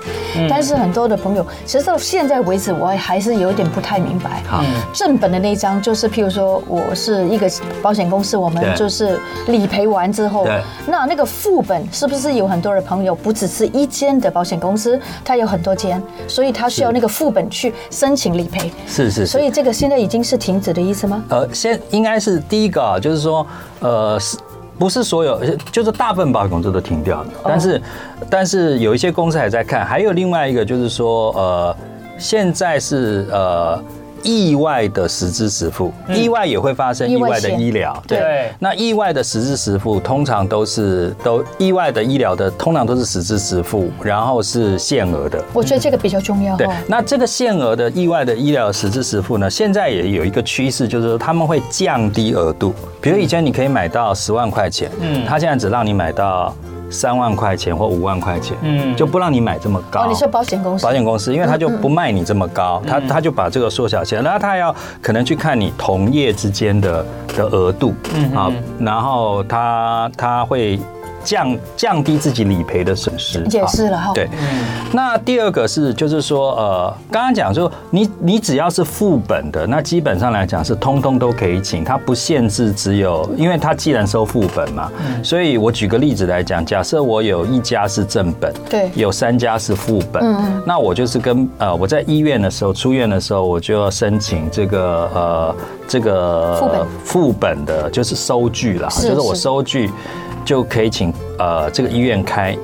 Speaker 1: 但是很多的朋友，其实到现在为止，我还是有点不太明白。
Speaker 3: 好
Speaker 1: 正本的那一张就是，譬如说我是一个保险公司，我们
Speaker 3: 对
Speaker 1: 就是理赔完之后
Speaker 3: 对，
Speaker 1: 那那个副本是不是有很多的朋友不只是一间的保险公司，它有很多间，所以它需要那个副本去申请理赔。
Speaker 3: 是是是
Speaker 1: 所以这个现在已经是停止的意思吗？
Speaker 3: 呃，先应该是第一个啊，就是说，呃，是不是所有，就是大部分保险公司都停掉了，但
Speaker 1: 哦
Speaker 3: 是，但是有一些公司还在看，还有另外一个就是说，呃，现在是呃。意外的实支实付，意外也会发生
Speaker 1: 嗯意
Speaker 3: 意
Speaker 1: 外
Speaker 3: 外的
Speaker 1: 险
Speaker 3: 医疗，
Speaker 2: 对
Speaker 3: 那意外的实支实付通常都是都意外的医疗的，通常都是实支实付，然后是限额的，
Speaker 1: 我觉得这个比较重要哦
Speaker 3: 对
Speaker 1: 哈，。
Speaker 3: 那这个限额的意外的医疗实支实付呢，现在也有一个趋势，就是说他们会降低额度。比如以前你可以买到十万块钱，嗯，他现在只让你买到三万块钱或五万块钱，
Speaker 2: 嗯
Speaker 3: 嗯，就不让你买这么高。
Speaker 1: 哦，你说保险公司
Speaker 3: 保，险公司，因为他就不卖你这么高，他他就把这个缩小起来，然后他要可能去看你同业之间的的额度啊，然后他他会降降低自己理赔的损失，
Speaker 1: 也
Speaker 3: 啊
Speaker 1: 是了哈
Speaker 3: 对，
Speaker 1: 嗯
Speaker 3: 那第二个是就是说呃，刚刚讲说你你只要是副本的，那基本上来讲是通通都可以请，它不限制只有，因为它既然收副本嘛，
Speaker 1: 嗯
Speaker 3: 所以我举个例子来讲，假设我有一家是正本，
Speaker 1: 对嗯
Speaker 3: 有三家是副本，那我就是跟呃我在医院的时候，出院的时候，我就要申请这个呃这个
Speaker 1: 副本
Speaker 3: 副本的，就是收据啦，
Speaker 1: 是
Speaker 3: 就是我
Speaker 1: 是
Speaker 3: 收据就可以请呃这个医院开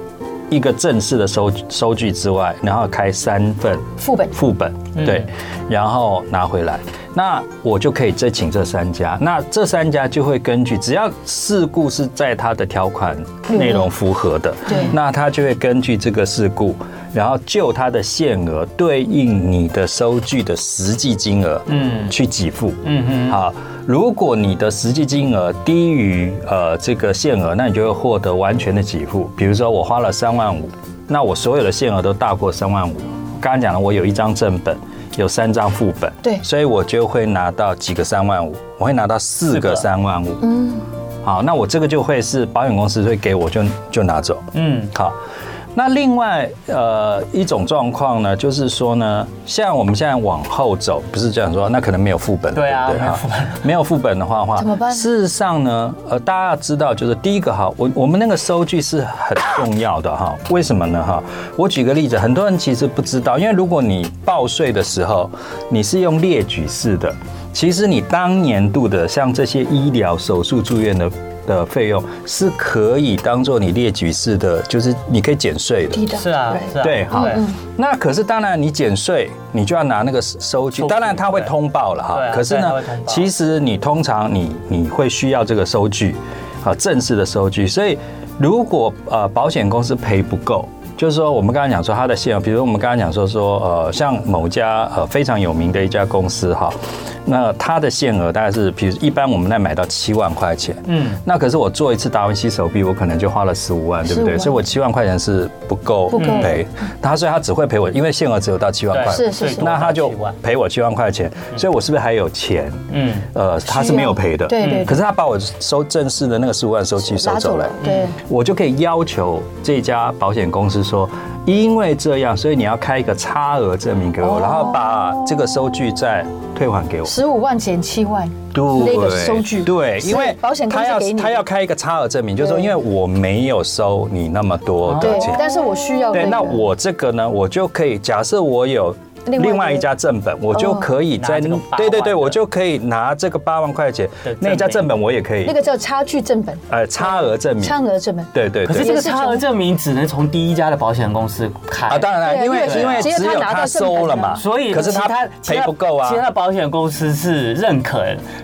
Speaker 3: 一个正式的收收据之外，然后开三份
Speaker 1: 副本
Speaker 3: 副本，对，然后拿回来。那我就可以再请这三家，那这三家就会根据只要事故是在它的条款内容符合的，
Speaker 1: 对
Speaker 3: 那它就会根据这个事故，然后就它的限额对应你的收据的实际金额，嗯，去给付，嗯嗯，好。如果你的实际金额低于呃这个限额，那你就会获得完全的给付。比如说我花了三万五，那我所有的限额都大过三万五。刚刚讲了，我有一张正本，有三张副本，
Speaker 1: 对
Speaker 3: 所以我就会拿到几个三万五，我会拿到四
Speaker 2: 四个
Speaker 3: 个三万五，嗯，好，那我这个就会是保险公司会给我就就拿走，
Speaker 2: 嗯，
Speaker 3: 好。那另外呃一种状况呢，就是说呢，像我们现在往后走，不是这样说，那可能没有副本，
Speaker 2: 对啊
Speaker 3: 不
Speaker 2: 没有副本
Speaker 3: 没有副本的话话
Speaker 1: 怎么办
Speaker 3: 事实上呢，呃，大家要知道，就是第一个哈，我我们那个收据是很重要的哈。为什么呢哈？我举个例子，很多人其实不知道，因为如果你报税的时候你是用列举式的，其实你当年度的像这些医疗、手术、住院的。的费用是可以当做你列举式的，就是你可以减税的。
Speaker 1: 低的，
Speaker 2: 是啊，
Speaker 1: 对嗯
Speaker 2: 是啊，
Speaker 3: 对好
Speaker 2: 对
Speaker 3: 那可是当然，你减税，你就要拿那个收
Speaker 2: 收
Speaker 3: 据，
Speaker 2: 据
Speaker 3: 当然他会通报了哈
Speaker 2: 对啊。
Speaker 3: 可是
Speaker 2: 对
Speaker 3: 呢
Speaker 2: 它会通报，
Speaker 3: 其实你通常你你会需要这个收据，啊，正式的收据。所以如果呃保险公司赔不够。就是说，我们刚才讲说它的限额，比如我们刚才讲说说，呃，像某家呃非常有名的一家公司哈，那它的限额大概是，比如一般我们在买到七万块钱，
Speaker 2: 嗯，
Speaker 3: 那可是我做一次达文西手臂，我可能就花了十五万，对不
Speaker 1: 15万
Speaker 3: 对？所以我七万块钱是不够
Speaker 1: 不够
Speaker 3: 赔，他所以他只会赔我，因为限额只有到七万块，
Speaker 1: 是是是
Speaker 3: 那他就赔我七万块钱，所以我是不是还有钱？
Speaker 2: 嗯，
Speaker 3: 呃，他是没有赔的，嗯
Speaker 1: 对对对
Speaker 3: 可是他把我收正式的那个十五万收据收
Speaker 1: 拿
Speaker 3: 走
Speaker 1: 走
Speaker 3: 了嗯
Speaker 1: 了，，对，
Speaker 3: 我就可以要求这家保险公司说，因为这样，所以你要开一个差额证明给
Speaker 1: 哦
Speaker 3: 我，然后把这个收据再退还给我。
Speaker 1: 十五万减七万，
Speaker 3: 对，
Speaker 1: 那个收据，
Speaker 3: 对，因
Speaker 1: 所以
Speaker 3: 为
Speaker 1: 保险公
Speaker 3: 他
Speaker 1: 司
Speaker 3: 要
Speaker 1: 给你，
Speaker 3: 他要开一个差额证明，就是说，
Speaker 1: 对
Speaker 3: 因为我没有收你那么多的
Speaker 1: 对，
Speaker 3: 钱，
Speaker 1: 但是我需要
Speaker 3: 对，
Speaker 1: 个
Speaker 3: 那我这个呢，我就可以假设我有
Speaker 1: 另外哦
Speaker 3: 另外一家正本，我就可以
Speaker 2: 拿
Speaker 3: 在
Speaker 2: 这个八万的
Speaker 3: 对对对，我就可以拿这个八万块钱
Speaker 2: 的正，
Speaker 3: 那一家
Speaker 2: 品
Speaker 3: 正本我也可以
Speaker 1: 那，个叫差距正本，
Speaker 3: 呃，差额证明，
Speaker 1: 差额正本。
Speaker 3: 对对
Speaker 2: 可是
Speaker 3: 对。
Speaker 2: 这个差额证明只能从第一家的保险公司开
Speaker 3: 啊，当然
Speaker 1: 对
Speaker 3: 了，因为
Speaker 1: 因为
Speaker 3: 因为
Speaker 1: 只有
Speaker 3: 只有
Speaker 1: 他拿到
Speaker 3: 他
Speaker 1: 正本
Speaker 3: 收了嘛，
Speaker 1: 啊
Speaker 2: 所以，
Speaker 3: 可是
Speaker 2: 其
Speaker 3: 他
Speaker 2: 其
Speaker 3: 赔不够啊
Speaker 2: 其，他的保险公司是认可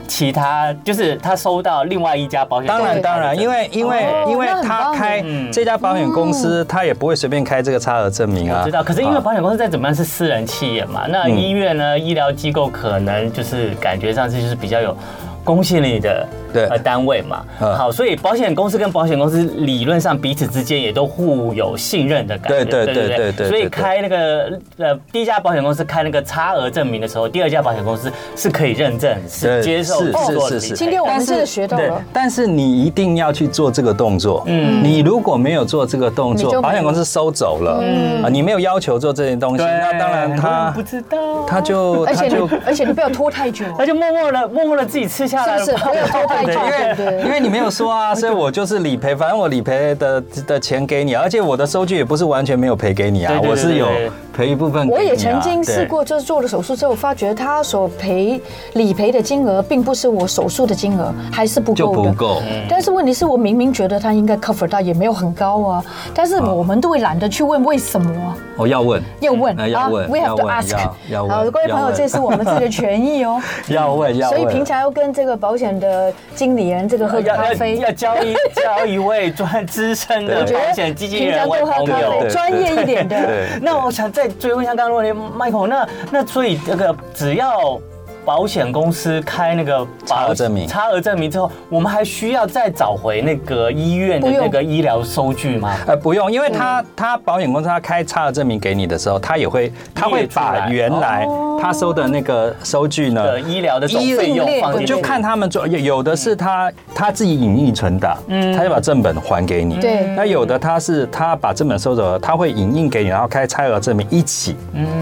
Speaker 2: 其他，就是他收到另外一家保险公司
Speaker 3: 当
Speaker 2: 开的证。
Speaker 3: 然当然，因为因为
Speaker 1: 哦
Speaker 3: 因为
Speaker 1: 那很
Speaker 3: 他
Speaker 1: 棒哦
Speaker 3: 开
Speaker 2: 嗯
Speaker 3: 这家保险公司，他也不会随便开这个差额证明啊。
Speaker 2: 我知道，可是因为
Speaker 3: 啊嗯
Speaker 2: 保险公司再怎么样是私人企业嘛，那医院呢，医疗机构可能就是感觉上是就是比较有公信力的
Speaker 3: 对
Speaker 2: 呃单位嘛。
Speaker 3: 嗯
Speaker 2: 好，所以保险公司跟保险公司理论上彼此之间也都互有信任的感觉，
Speaker 3: 对对对对对
Speaker 2: 所以
Speaker 3: 对对
Speaker 2: 开那个呃第一家保险公司开那个差额证明的时候，第二家保险公司是可以认证是
Speaker 3: 对
Speaker 2: 接受
Speaker 3: 是
Speaker 2: 制作
Speaker 3: 是
Speaker 2: 的理
Speaker 3: 是
Speaker 2: 赔
Speaker 3: 是
Speaker 1: 今天我们真的学到
Speaker 3: 对
Speaker 1: 了，，
Speaker 3: 但是你一定要去做这个动作。嗯，你如果没有做这个动
Speaker 1: 你就没
Speaker 3: 作，
Speaker 1: 有嗯
Speaker 3: 保险公司收走了，啊，你没有要求做这些东西，
Speaker 2: 对，
Speaker 3: 那啊当然
Speaker 2: 我也
Speaker 3: 他
Speaker 2: 不知道，
Speaker 3: 他就
Speaker 1: 而
Speaker 3: 他
Speaker 1: 且
Speaker 3: 就
Speaker 1: 你而且你不要拖太久 哦，
Speaker 2: 他就默默的默默的自己吃下来了，
Speaker 1: 是不是不要 拖太久
Speaker 2: 对
Speaker 3: 因
Speaker 1: 对对
Speaker 3: 为因为你没有 说啊，所以我就是理赔，反正我理赔的的钱给你，啊而且我的收据也不是完全没有赔给你
Speaker 2: 对
Speaker 3: 啊，
Speaker 2: 对对
Speaker 3: 我是有
Speaker 2: 对
Speaker 3: 赔一部分给你啊。
Speaker 1: 我也曾经
Speaker 3: 对
Speaker 1: 试过，就是做了手术之后，发觉他所赔理赔的金额并不是我手术的金额，还是不
Speaker 3: 就
Speaker 1: 够
Speaker 3: 不
Speaker 1: 的。
Speaker 3: 够。
Speaker 1: 但是问题是我明明觉得他应该 cover 到，也没有很高啊。但是我们都会懒得去问为什么啊，
Speaker 3: 我哦要问，
Speaker 1: 要问啊
Speaker 3: 嗯要问
Speaker 1: ，we have
Speaker 3: 要
Speaker 1: to
Speaker 3: 问
Speaker 1: ask
Speaker 3: 要。要问
Speaker 1: 好，各位朋
Speaker 3: 要
Speaker 1: 友，
Speaker 3: 问
Speaker 1: 这是我们自己的权益哦。
Speaker 3: 要问 要
Speaker 1: 所
Speaker 3: 问。
Speaker 1: 以平常要跟这个保险的经理人这个喝个
Speaker 2: 呃要
Speaker 1: 咖
Speaker 2: 要
Speaker 1: 啡，
Speaker 2: 要 交一交一位专资深的
Speaker 1: 我觉
Speaker 2: 保险
Speaker 1: 得
Speaker 2: 经纪
Speaker 1: 平
Speaker 2: 人
Speaker 1: 常
Speaker 2: 为
Speaker 1: 多喝
Speaker 2: 朋
Speaker 1: 咖
Speaker 3: 对
Speaker 1: 啡，
Speaker 2: 友
Speaker 3: 对。
Speaker 1: 专业一点的。
Speaker 3: 对
Speaker 2: 那我想再追问一下刚刚的问题，Michael，那那所以这个只要保险公司开那个保
Speaker 3: 差额证明
Speaker 2: 差额证明之后，我们还需要再找回那个医院的
Speaker 1: 不用
Speaker 2: 那个医疗收据吗？
Speaker 3: 呃，不用，因为他他保险公司他开差额证明给你的时候，他也会他会把原来
Speaker 1: 哦
Speaker 3: 他收的那个收据呢，
Speaker 2: 的医疗的总
Speaker 3: 医
Speaker 2: 费用
Speaker 1: 列
Speaker 2: 放进去，
Speaker 3: 就看他们做，有有的是他他自己隐匿存档，他就把正本还给你。
Speaker 1: 嗯对
Speaker 3: 那有的他是他把正本收走了，他会影印给你，然后开差额证明一起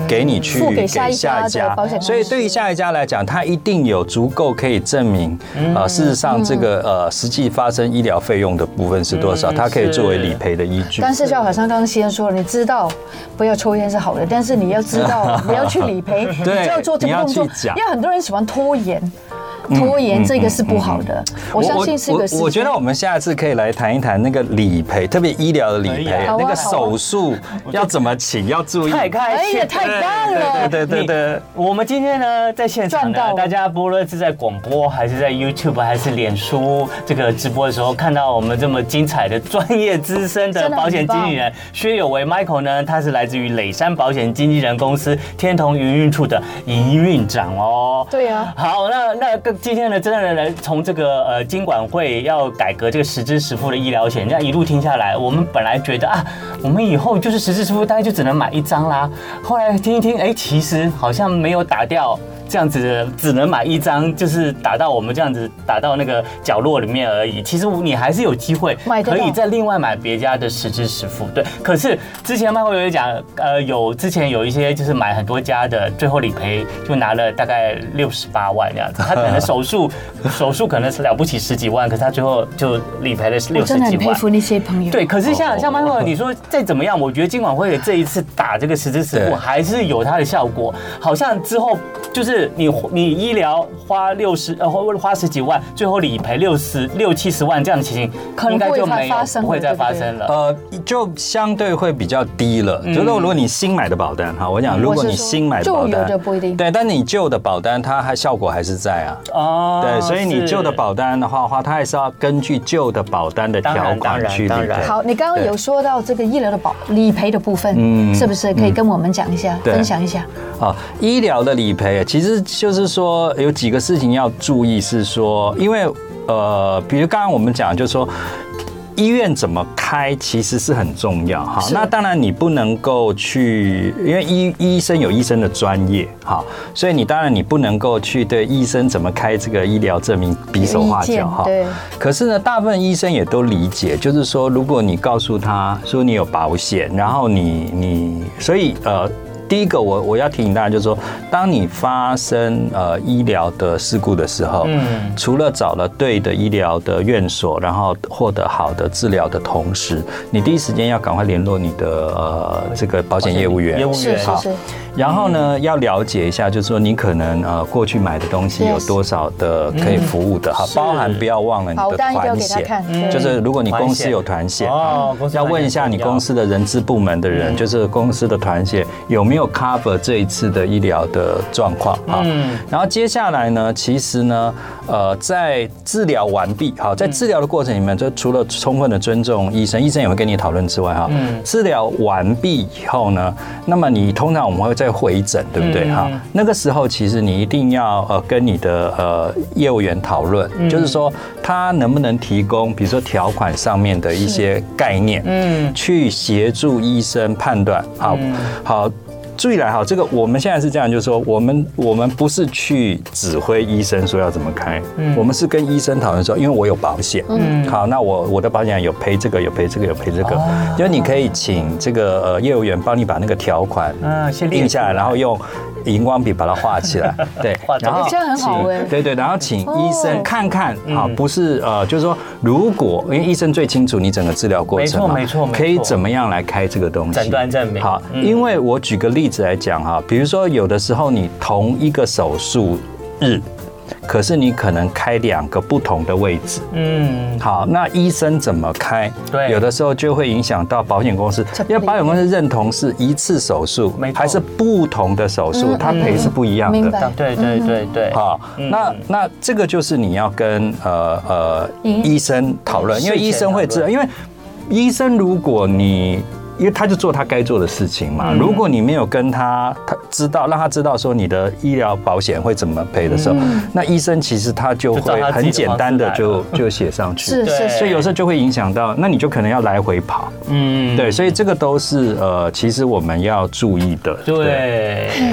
Speaker 3: 给你去
Speaker 1: 嗯付给下一家的保险公司
Speaker 3: 所以对于下一家来讲，他一定有足够可以证明，
Speaker 1: 嗯
Speaker 3: 呃，事实上这个呃实际发生医疗费用的部分是多少，
Speaker 2: 嗯
Speaker 3: 它可以作为
Speaker 2: 是
Speaker 3: 理赔的依据。
Speaker 1: 但是就好像刚刚先说了，你知道不要抽烟是好的，但是你要知 道你要去理赔，你就
Speaker 3: 对
Speaker 1: 要做这个动作
Speaker 3: 你要去，讲嗯
Speaker 1: 因为很多人喜欢拖延，拖延这个是不好的。我相信是个
Speaker 3: 我
Speaker 1: 时
Speaker 3: 我我觉得我们下次可以来谈一谈那个理赔，特别医疗的理
Speaker 2: 可以
Speaker 3: 赔
Speaker 2: 啊
Speaker 1: 好，啊
Speaker 3: 那个手术要怎么请，要注意。
Speaker 2: 太开
Speaker 1: 哎
Speaker 2: 心
Speaker 1: 呀，太棒了！
Speaker 3: 对对对对，
Speaker 2: 我们今天呢，在现场
Speaker 1: 赚到
Speaker 2: 呢，
Speaker 1: 了
Speaker 2: 大家不论是在广播，还是在 YouTube，还是脸书这个直播的时候，看到我们这么精彩的专业资深的
Speaker 1: 真的很
Speaker 2: 保险经纪人薛有为 Michael 呢，他是来自于磊山保险经纪人公司天同营运处的营运长哦。
Speaker 1: 对啊
Speaker 2: 好，那那个今天呢，真的呢，从这个呃金管会要改革这个实支实付的医疗险，这样一路听下来，我们本来觉得啊，我们以后就是实支实付，大概就只能买一张啦。后来听一听，哎，其实好像没有打掉。这样子只能买一张，就是打到我们这样子打到那个角落里面而已。其实你还是有机会
Speaker 1: 买得
Speaker 2: 可
Speaker 1: 到
Speaker 2: 以再另外买别家的实支实付。对，可是之前麦会有讲，呃，有之前有一些就是买很多家的，最后理赔就拿了大概六十八万这样子。他可能手 术手术可能是了不起十几万，可是他最后就理赔了
Speaker 1: 我
Speaker 2: 六十
Speaker 1: 真的很
Speaker 2: 几
Speaker 1: 佩
Speaker 2: 万。
Speaker 1: 服那些朋友。
Speaker 2: 对，可是像
Speaker 3: 哦
Speaker 2: 像麦克，你说再怎么样，我觉得金管会这一次打这个实支实付
Speaker 3: 对
Speaker 2: 还是有它的效果，好像之后就是你你医疗花六十呃花花十几万，最后理赔六十六七十万这样的情形，
Speaker 1: 可能
Speaker 2: 应该就
Speaker 1: 不会再
Speaker 2: 没有
Speaker 1: 发生了
Speaker 2: 不会再发生了。
Speaker 3: 呃，就相对会比较低了。就是如果你新买的保单哈，我讲如果
Speaker 1: 嗯我
Speaker 3: 你
Speaker 1: 是说
Speaker 3: 新买的保
Speaker 1: 旧有
Speaker 3: 单
Speaker 1: 的不一定
Speaker 3: 对，但你旧的保单它还效果还是在啊。
Speaker 2: 哦
Speaker 3: 对，所以你
Speaker 2: 是
Speaker 3: 旧的保单的话，话它还是要根据旧的保单的
Speaker 2: 当
Speaker 3: 条
Speaker 2: 然当
Speaker 3: 款
Speaker 2: 然
Speaker 3: 去理
Speaker 2: 当然
Speaker 3: 赔。
Speaker 1: 好，你刚刚
Speaker 3: 对
Speaker 1: 有说到这个医疗的保理赔的部分，
Speaker 3: 嗯
Speaker 1: 是不是可以跟我们讲一下，
Speaker 3: 对
Speaker 1: 分享一下？
Speaker 3: 啊，医疗的理赔啊其实就是说有几个事情要注意，是说因为呃，比如刚刚我们讲，就是说。医院怎么开其实是很重要哈，
Speaker 1: 是
Speaker 3: 那当然你不能够去，因为医医生有医生的专业哈，所以你当然你不能够去对医生怎么开这个医疗证明比手画脚哈。
Speaker 1: 对，
Speaker 3: 可是呢，大部分医生也都理解，就是说，如果你告诉他说你有保险，然后你你，所以呃。第一个我，我要提醒大家，就是说，当你发生呃医疗的事故的时候，
Speaker 2: 嗯
Speaker 3: 除了找了对的医疗的院所，然后获得好的治疗的同时，你第一时间要赶快联络你的呃这个保险业务员，
Speaker 2: 业务
Speaker 1: 是
Speaker 2: 员
Speaker 1: 是是，
Speaker 3: 然后呢，要了解一下，就是说你可能呃过去买的东西有
Speaker 1: Yes
Speaker 3: 多少的可以服务的哈，
Speaker 2: 是
Speaker 3: 包含不要忘了你
Speaker 4: 嗯好，我
Speaker 3: 的
Speaker 4: 当然一定要
Speaker 3: 团
Speaker 4: 给他
Speaker 3: 险。
Speaker 4: 看，
Speaker 2: 嗯
Speaker 4: 对
Speaker 3: 就是如果你公司有团险，
Speaker 2: 哦公司团险
Speaker 3: 要问一下你公司的人资部门的人，
Speaker 2: 嗯
Speaker 3: 就是公司的团险有没有 cover 这一次的医疗的状况啊？
Speaker 2: 嗯
Speaker 3: 然后接下来呢，其实呢，呃，在治疗完毕，好，
Speaker 2: 嗯
Speaker 3: 在治疗的过程里面，就除了充分的尊重医生，医生也会跟你讨论之外，哈，
Speaker 2: 嗯
Speaker 3: 治疗完毕以后呢，那么你通常我们会再回诊，对不对？
Speaker 2: 嗯
Speaker 3: 哈，那个时候其实你一定要呃跟你的呃业务员讨论，就是说他能不能提供，比如说条款上面的一些概念，
Speaker 2: 嗯
Speaker 3: 去协助医生判断。好，好。注意来哈，这个我们现在是这样，就是说我们我们不是去指挥医生说要怎么开，我们是跟医生讨论说，因为我有保险，嗯，好，那我我的保险有赔这个，有赔这个，有赔这个，就是你可以请这个呃业务员帮你把那个条款
Speaker 2: 嗯，先
Speaker 3: 定
Speaker 2: 练
Speaker 3: 下来，然后用荧光笔把它画起 来，对
Speaker 2: 画，起来
Speaker 3: 然后
Speaker 4: 这样很好
Speaker 3: 请
Speaker 4: 哎
Speaker 3: 对对，然后请医
Speaker 4: 哦
Speaker 3: 生看看啊
Speaker 2: 嗯，
Speaker 3: 不是呃，就是说如果因为医生最清楚你整个治疗过程嘛，
Speaker 2: 没错没错没错
Speaker 3: 可以怎么样来开这个东西，
Speaker 2: 诊断证明
Speaker 3: 好，
Speaker 2: 嗯
Speaker 3: 因为我举个例子来讲哈，比如说有的时候你同一个手术日。可是你可能开两个不同的位置，
Speaker 2: 嗯，
Speaker 3: 好，那医生怎么开？
Speaker 2: 对
Speaker 3: 有的时候就会影响到保险公司
Speaker 4: 这，不
Speaker 3: 因为保险公司认同是一次手术
Speaker 2: 没，错
Speaker 3: 还是不同的手术，它赔是不一样
Speaker 4: 嗯明
Speaker 3: 的。
Speaker 4: 白。
Speaker 2: 对对对对，
Speaker 3: 嗯好，
Speaker 2: 嗯
Speaker 3: 那那这个就是你要跟呃呃
Speaker 4: 嗯
Speaker 3: 医生讨论，因为
Speaker 2: 事前
Speaker 3: 医生会知道，
Speaker 2: 讨论
Speaker 3: 因为医生如果你。因为他就做他该做的事情嘛。
Speaker 2: 嗯
Speaker 3: 如果你没有跟他他知道，让他知道说你的医疗保险会怎么赔的时候，
Speaker 4: 嗯
Speaker 3: 那医生其实他就
Speaker 2: 就照
Speaker 3: 会
Speaker 2: 他自己
Speaker 3: 很
Speaker 2: 的
Speaker 3: 简
Speaker 2: 方式
Speaker 3: 单的
Speaker 2: 来
Speaker 3: 就就写上去。
Speaker 1: 是是
Speaker 2: 对
Speaker 1: 是，
Speaker 3: 所以有时候就会影响到，那你就可能要来回跑。
Speaker 2: 嗯
Speaker 3: 对，所以这个都是呃，其实我们要注意的。
Speaker 2: 对，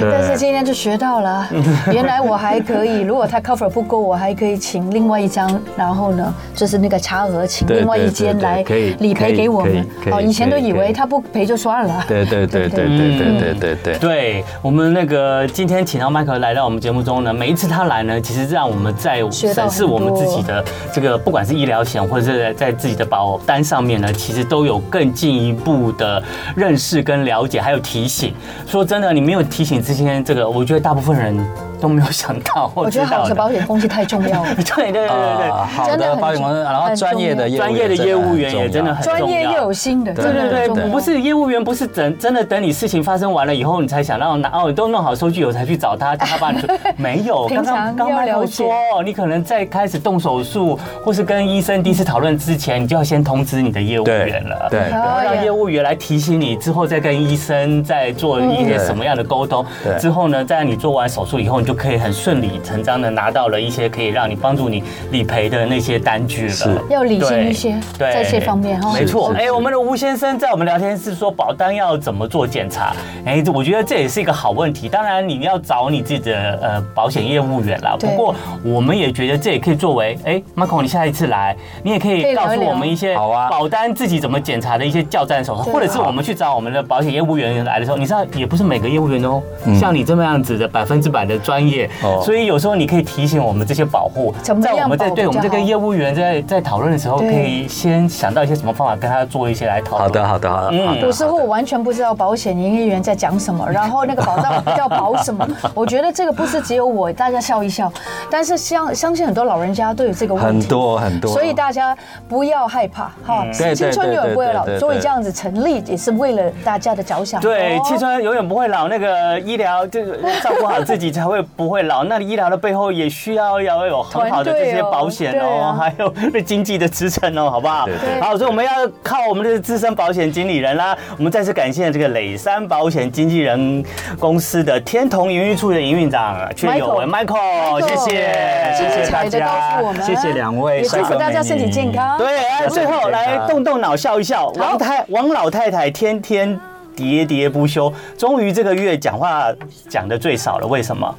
Speaker 3: 对
Speaker 4: 但是今天就学到 了，原来我还可以，如果他 cover 不够，我还可以请另外一张，然后呢，就是那个差额，请
Speaker 3: 对
Speaker 4: 另外一间
Speaker 3: 对对
Speaker 4: 来
Speaker 3: 可以
Speaker 4: 理赔给我们
Speaker 3: 可以可。以
Speaker 4: 哦，以前都
Speaker 3: 可以
Speaker 4: 以
Speaker 3: 可
Speaker 4: 为
Speaker 3: 以
Speaker 4: 他不赔就算了。
Speaker 3: 对对对对
Speaker 4: 嗯
Speaker 3: 对对对对对。
Speaker 2: 对我们那个今天请到麦克来到我们节目中呢，每一次他来呢，其实让我们在
Speaker 4: 学到
Speaker 2: 审
Speaker 4: 很
Speaker 2: 视我们自己的这个，不管是医疗险或者是在在自己的保单上面呢，其实都有更进一步的认识跟了解，还有提醒。说真的，你没有提醒之前，这个我觉得大部分人都没有想到或
Speaker 4: 我
Speaker 2: 知
Speaker 4: 觉得好
Speaker 2: 道
Speaker 4: 的
Speaker 2: 的。，
Speaker 4: 保险公司太重 要了
Speaker 2: 对对对对对
Speaker 3: 啊，好
Speaker 4: 真的
Speaker 3: 的
Speaker 4: 很
Speaker 3: 保险公司，然后
Speaker 4: 很
Speaker 3: 专业的
Speaker 4: 重
Speaker 3: 业务啊
Speaker 2: 专业的业务员也真的
Speaker 3: 很重要
Speaker 2: 很重要
Speaker 4: 专业又有心的，
Speaker 3: 对
Speaker 4: 真的
Speaker 2: 对对
Speaker 4: 很重
Speaker 2: 对，
Speaker 4: 要
Speaker 2: 不是业务员，不是等真的等你事情发生完了以后，你才想让拿哦，都弄好收据我才去找他，他帮你 做。没有，
Speaker 4: 平
Speaker 2: 刚
Speaker 4: 常
Speaker 2: 刚刚
Speaker 4: 要
Speaker 2: 刚
Speaker 4: 了
Speaker 2: 有
Speaker 4: 解
Speaker 2: 说，哦你可能在开始动手术或是跟医生第一次讨论之前，你就要先通知你的业务员了。
Speaker 3: 对对
Speaker 2: 然后让业务员来提醒你，之后再跟医生再做一些什么样的沟通
Speaker 3: 对。
Speaker 2: 之后呢，在你做完手术以后，你就可以很顺理成章的拿到了一些可以让你帮助你理赔的那些单据
Speaker 3: 是
Speaker 2: 了。
Speaker 4: 要理性一
Speaker 2: 对
Speaker 4: 些，
Speaker 2: 对
Speaker 4: 在这方面哈。
Speaker 2: 没错，
Speaker 3: 是是
Speaker 2: 哎、我们的吴先生在我们聊天室说保单要怎么做检查，哎、这我觉得这也是一个好问题。当然你要找你自己的呃保险业务员啦。
Speaker 4: 对
Speaker 2: 不过我们也觉得这也可以作为，哎、m a r c o 你下一次来，你也可
Speaker 4: 可以
Speaker 2: 以
Speaker 4: 聊一
Speaker 2: 告诉
Speaker 4: 聊
Speaker 2: 我们一些
Speaker 3: 好啊
Speaker 2: 保单自己怎么检查的一些教战手册，
Speaker 4: 对啊
Speaker 2: 或者是我们去找我们的保险业务员来的时候，你知道也不是每个业务员都像你这么样子的百分之百的专业，
Speaker 3: 嗯哦
Speaker 2: 所以有时候你可以提醒我们这些保护，
Speaker 4: 怎么
Speaker 2: 在我
Speaker 4: 样
Speaker 2: 们在
Speaker 4: 保
Speaker 2: 对
Speaker 4: 比
Speaker 2: 我们
Speaker 4: 较
Speaker 2: 这个
Speaker 4: 好
Speaker 2: 业务员在在讨论的时候，可
Speaker 4: 对
Speaker 2: 以先想到一些什么方法跟他做一些来讨论。
Speaker 3: 好的，好的，好的，好
Speaker 2: 嗯
Speaker 4: 有
Speaker 3: 的。
Speaker 4: 时候我完全不知道保险营业员在讲什 么，然后那个保障要保什么。我觉得这个不是只有我，大家笑一笑。但是相相信很多老人家都有这个问题，
Speaker 3: 很多很多嗯
Speaker 4: 所以大家不要害怕哈，
Speaker 3: 对
Speaker 4: 青春永远不会老
Speaker 3: 对对对对。对
Speaker 4: 所以这样子成立也是为了大家的着想。
Speaker 2: 对，
Speaker 4: 哦
Speaker 2: 青春永远不会老，那个医疗就是照顾好自己才会不会老。那医疗的背后也需要要有很好的这
Speaker 4: 团队
Speaker 2: 些
Speaker 4: 哦
Speaker 2: 保险
Speaker 4: 对
Speaker 2: 哦
Speaker 4: 啊，
Speaker 2: 还有那经济的支撑哦，好不好
Speaker 3: 对？
Speaker 4: 对
Speaker 2: 好，所以我们要靠我们的资深保险经理人啦。我们再次感谢这个磊山保险经纪人公司的天同营运处的营运长阙有为 Michael，谢谢，
Speaker 4: 精
Speaker 2: 谢谢大
Speaker 4: 彩的告诉我
Speaker 2: 家。
Speaker 4: 们，啊
Speaker 3: 谢谢两位
Speaker 4: 也祝
Speaker 3: 帅
Speaker 4: 福
Speaker 3: 哥
Speaker 4: 大家
Speaker 3: 美嗯
Speaker 4: 身体
Speaker 3: 女
Speaker 4: 啊健康。
Speaker 2: 对，哎，最后来动动脑笑一笑，王太王老太太天天喋喋不休，终于这个月讲话讲的最少了，为 什么？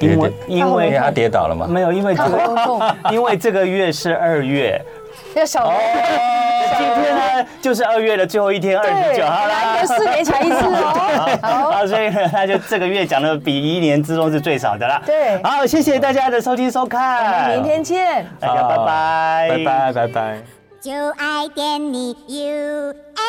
Speaker 2: 因为因
Speaker 3: 因为
Speaker 2: 为
Speaker 3: 他跌倒了嘛，
Speaker 2: 没有，因为这
Speaker 4: 他喉咙
Speaker 2: 个
Speaker 4: 痛，
Speaker 2: 因为这个月是二月。
Speaker 4: 要小
Speaker 2: 哦，今天呢就是二月的最后一天，二十九号啦。
Speaker 4: 来四年才一次 哦。好，
Speaker 2: 好，所以呢，他就这个月讲的比一年之中是最少的啦。
Speaker 4: 对
Speaker 2: 好，谢谢大家的收听收看，
Speaker 4: 明天见。
Speaker 2: 大家拜拜，
Speaker 3: 拜拜拜拜。
Speaker 5: 就爱点你 UFO。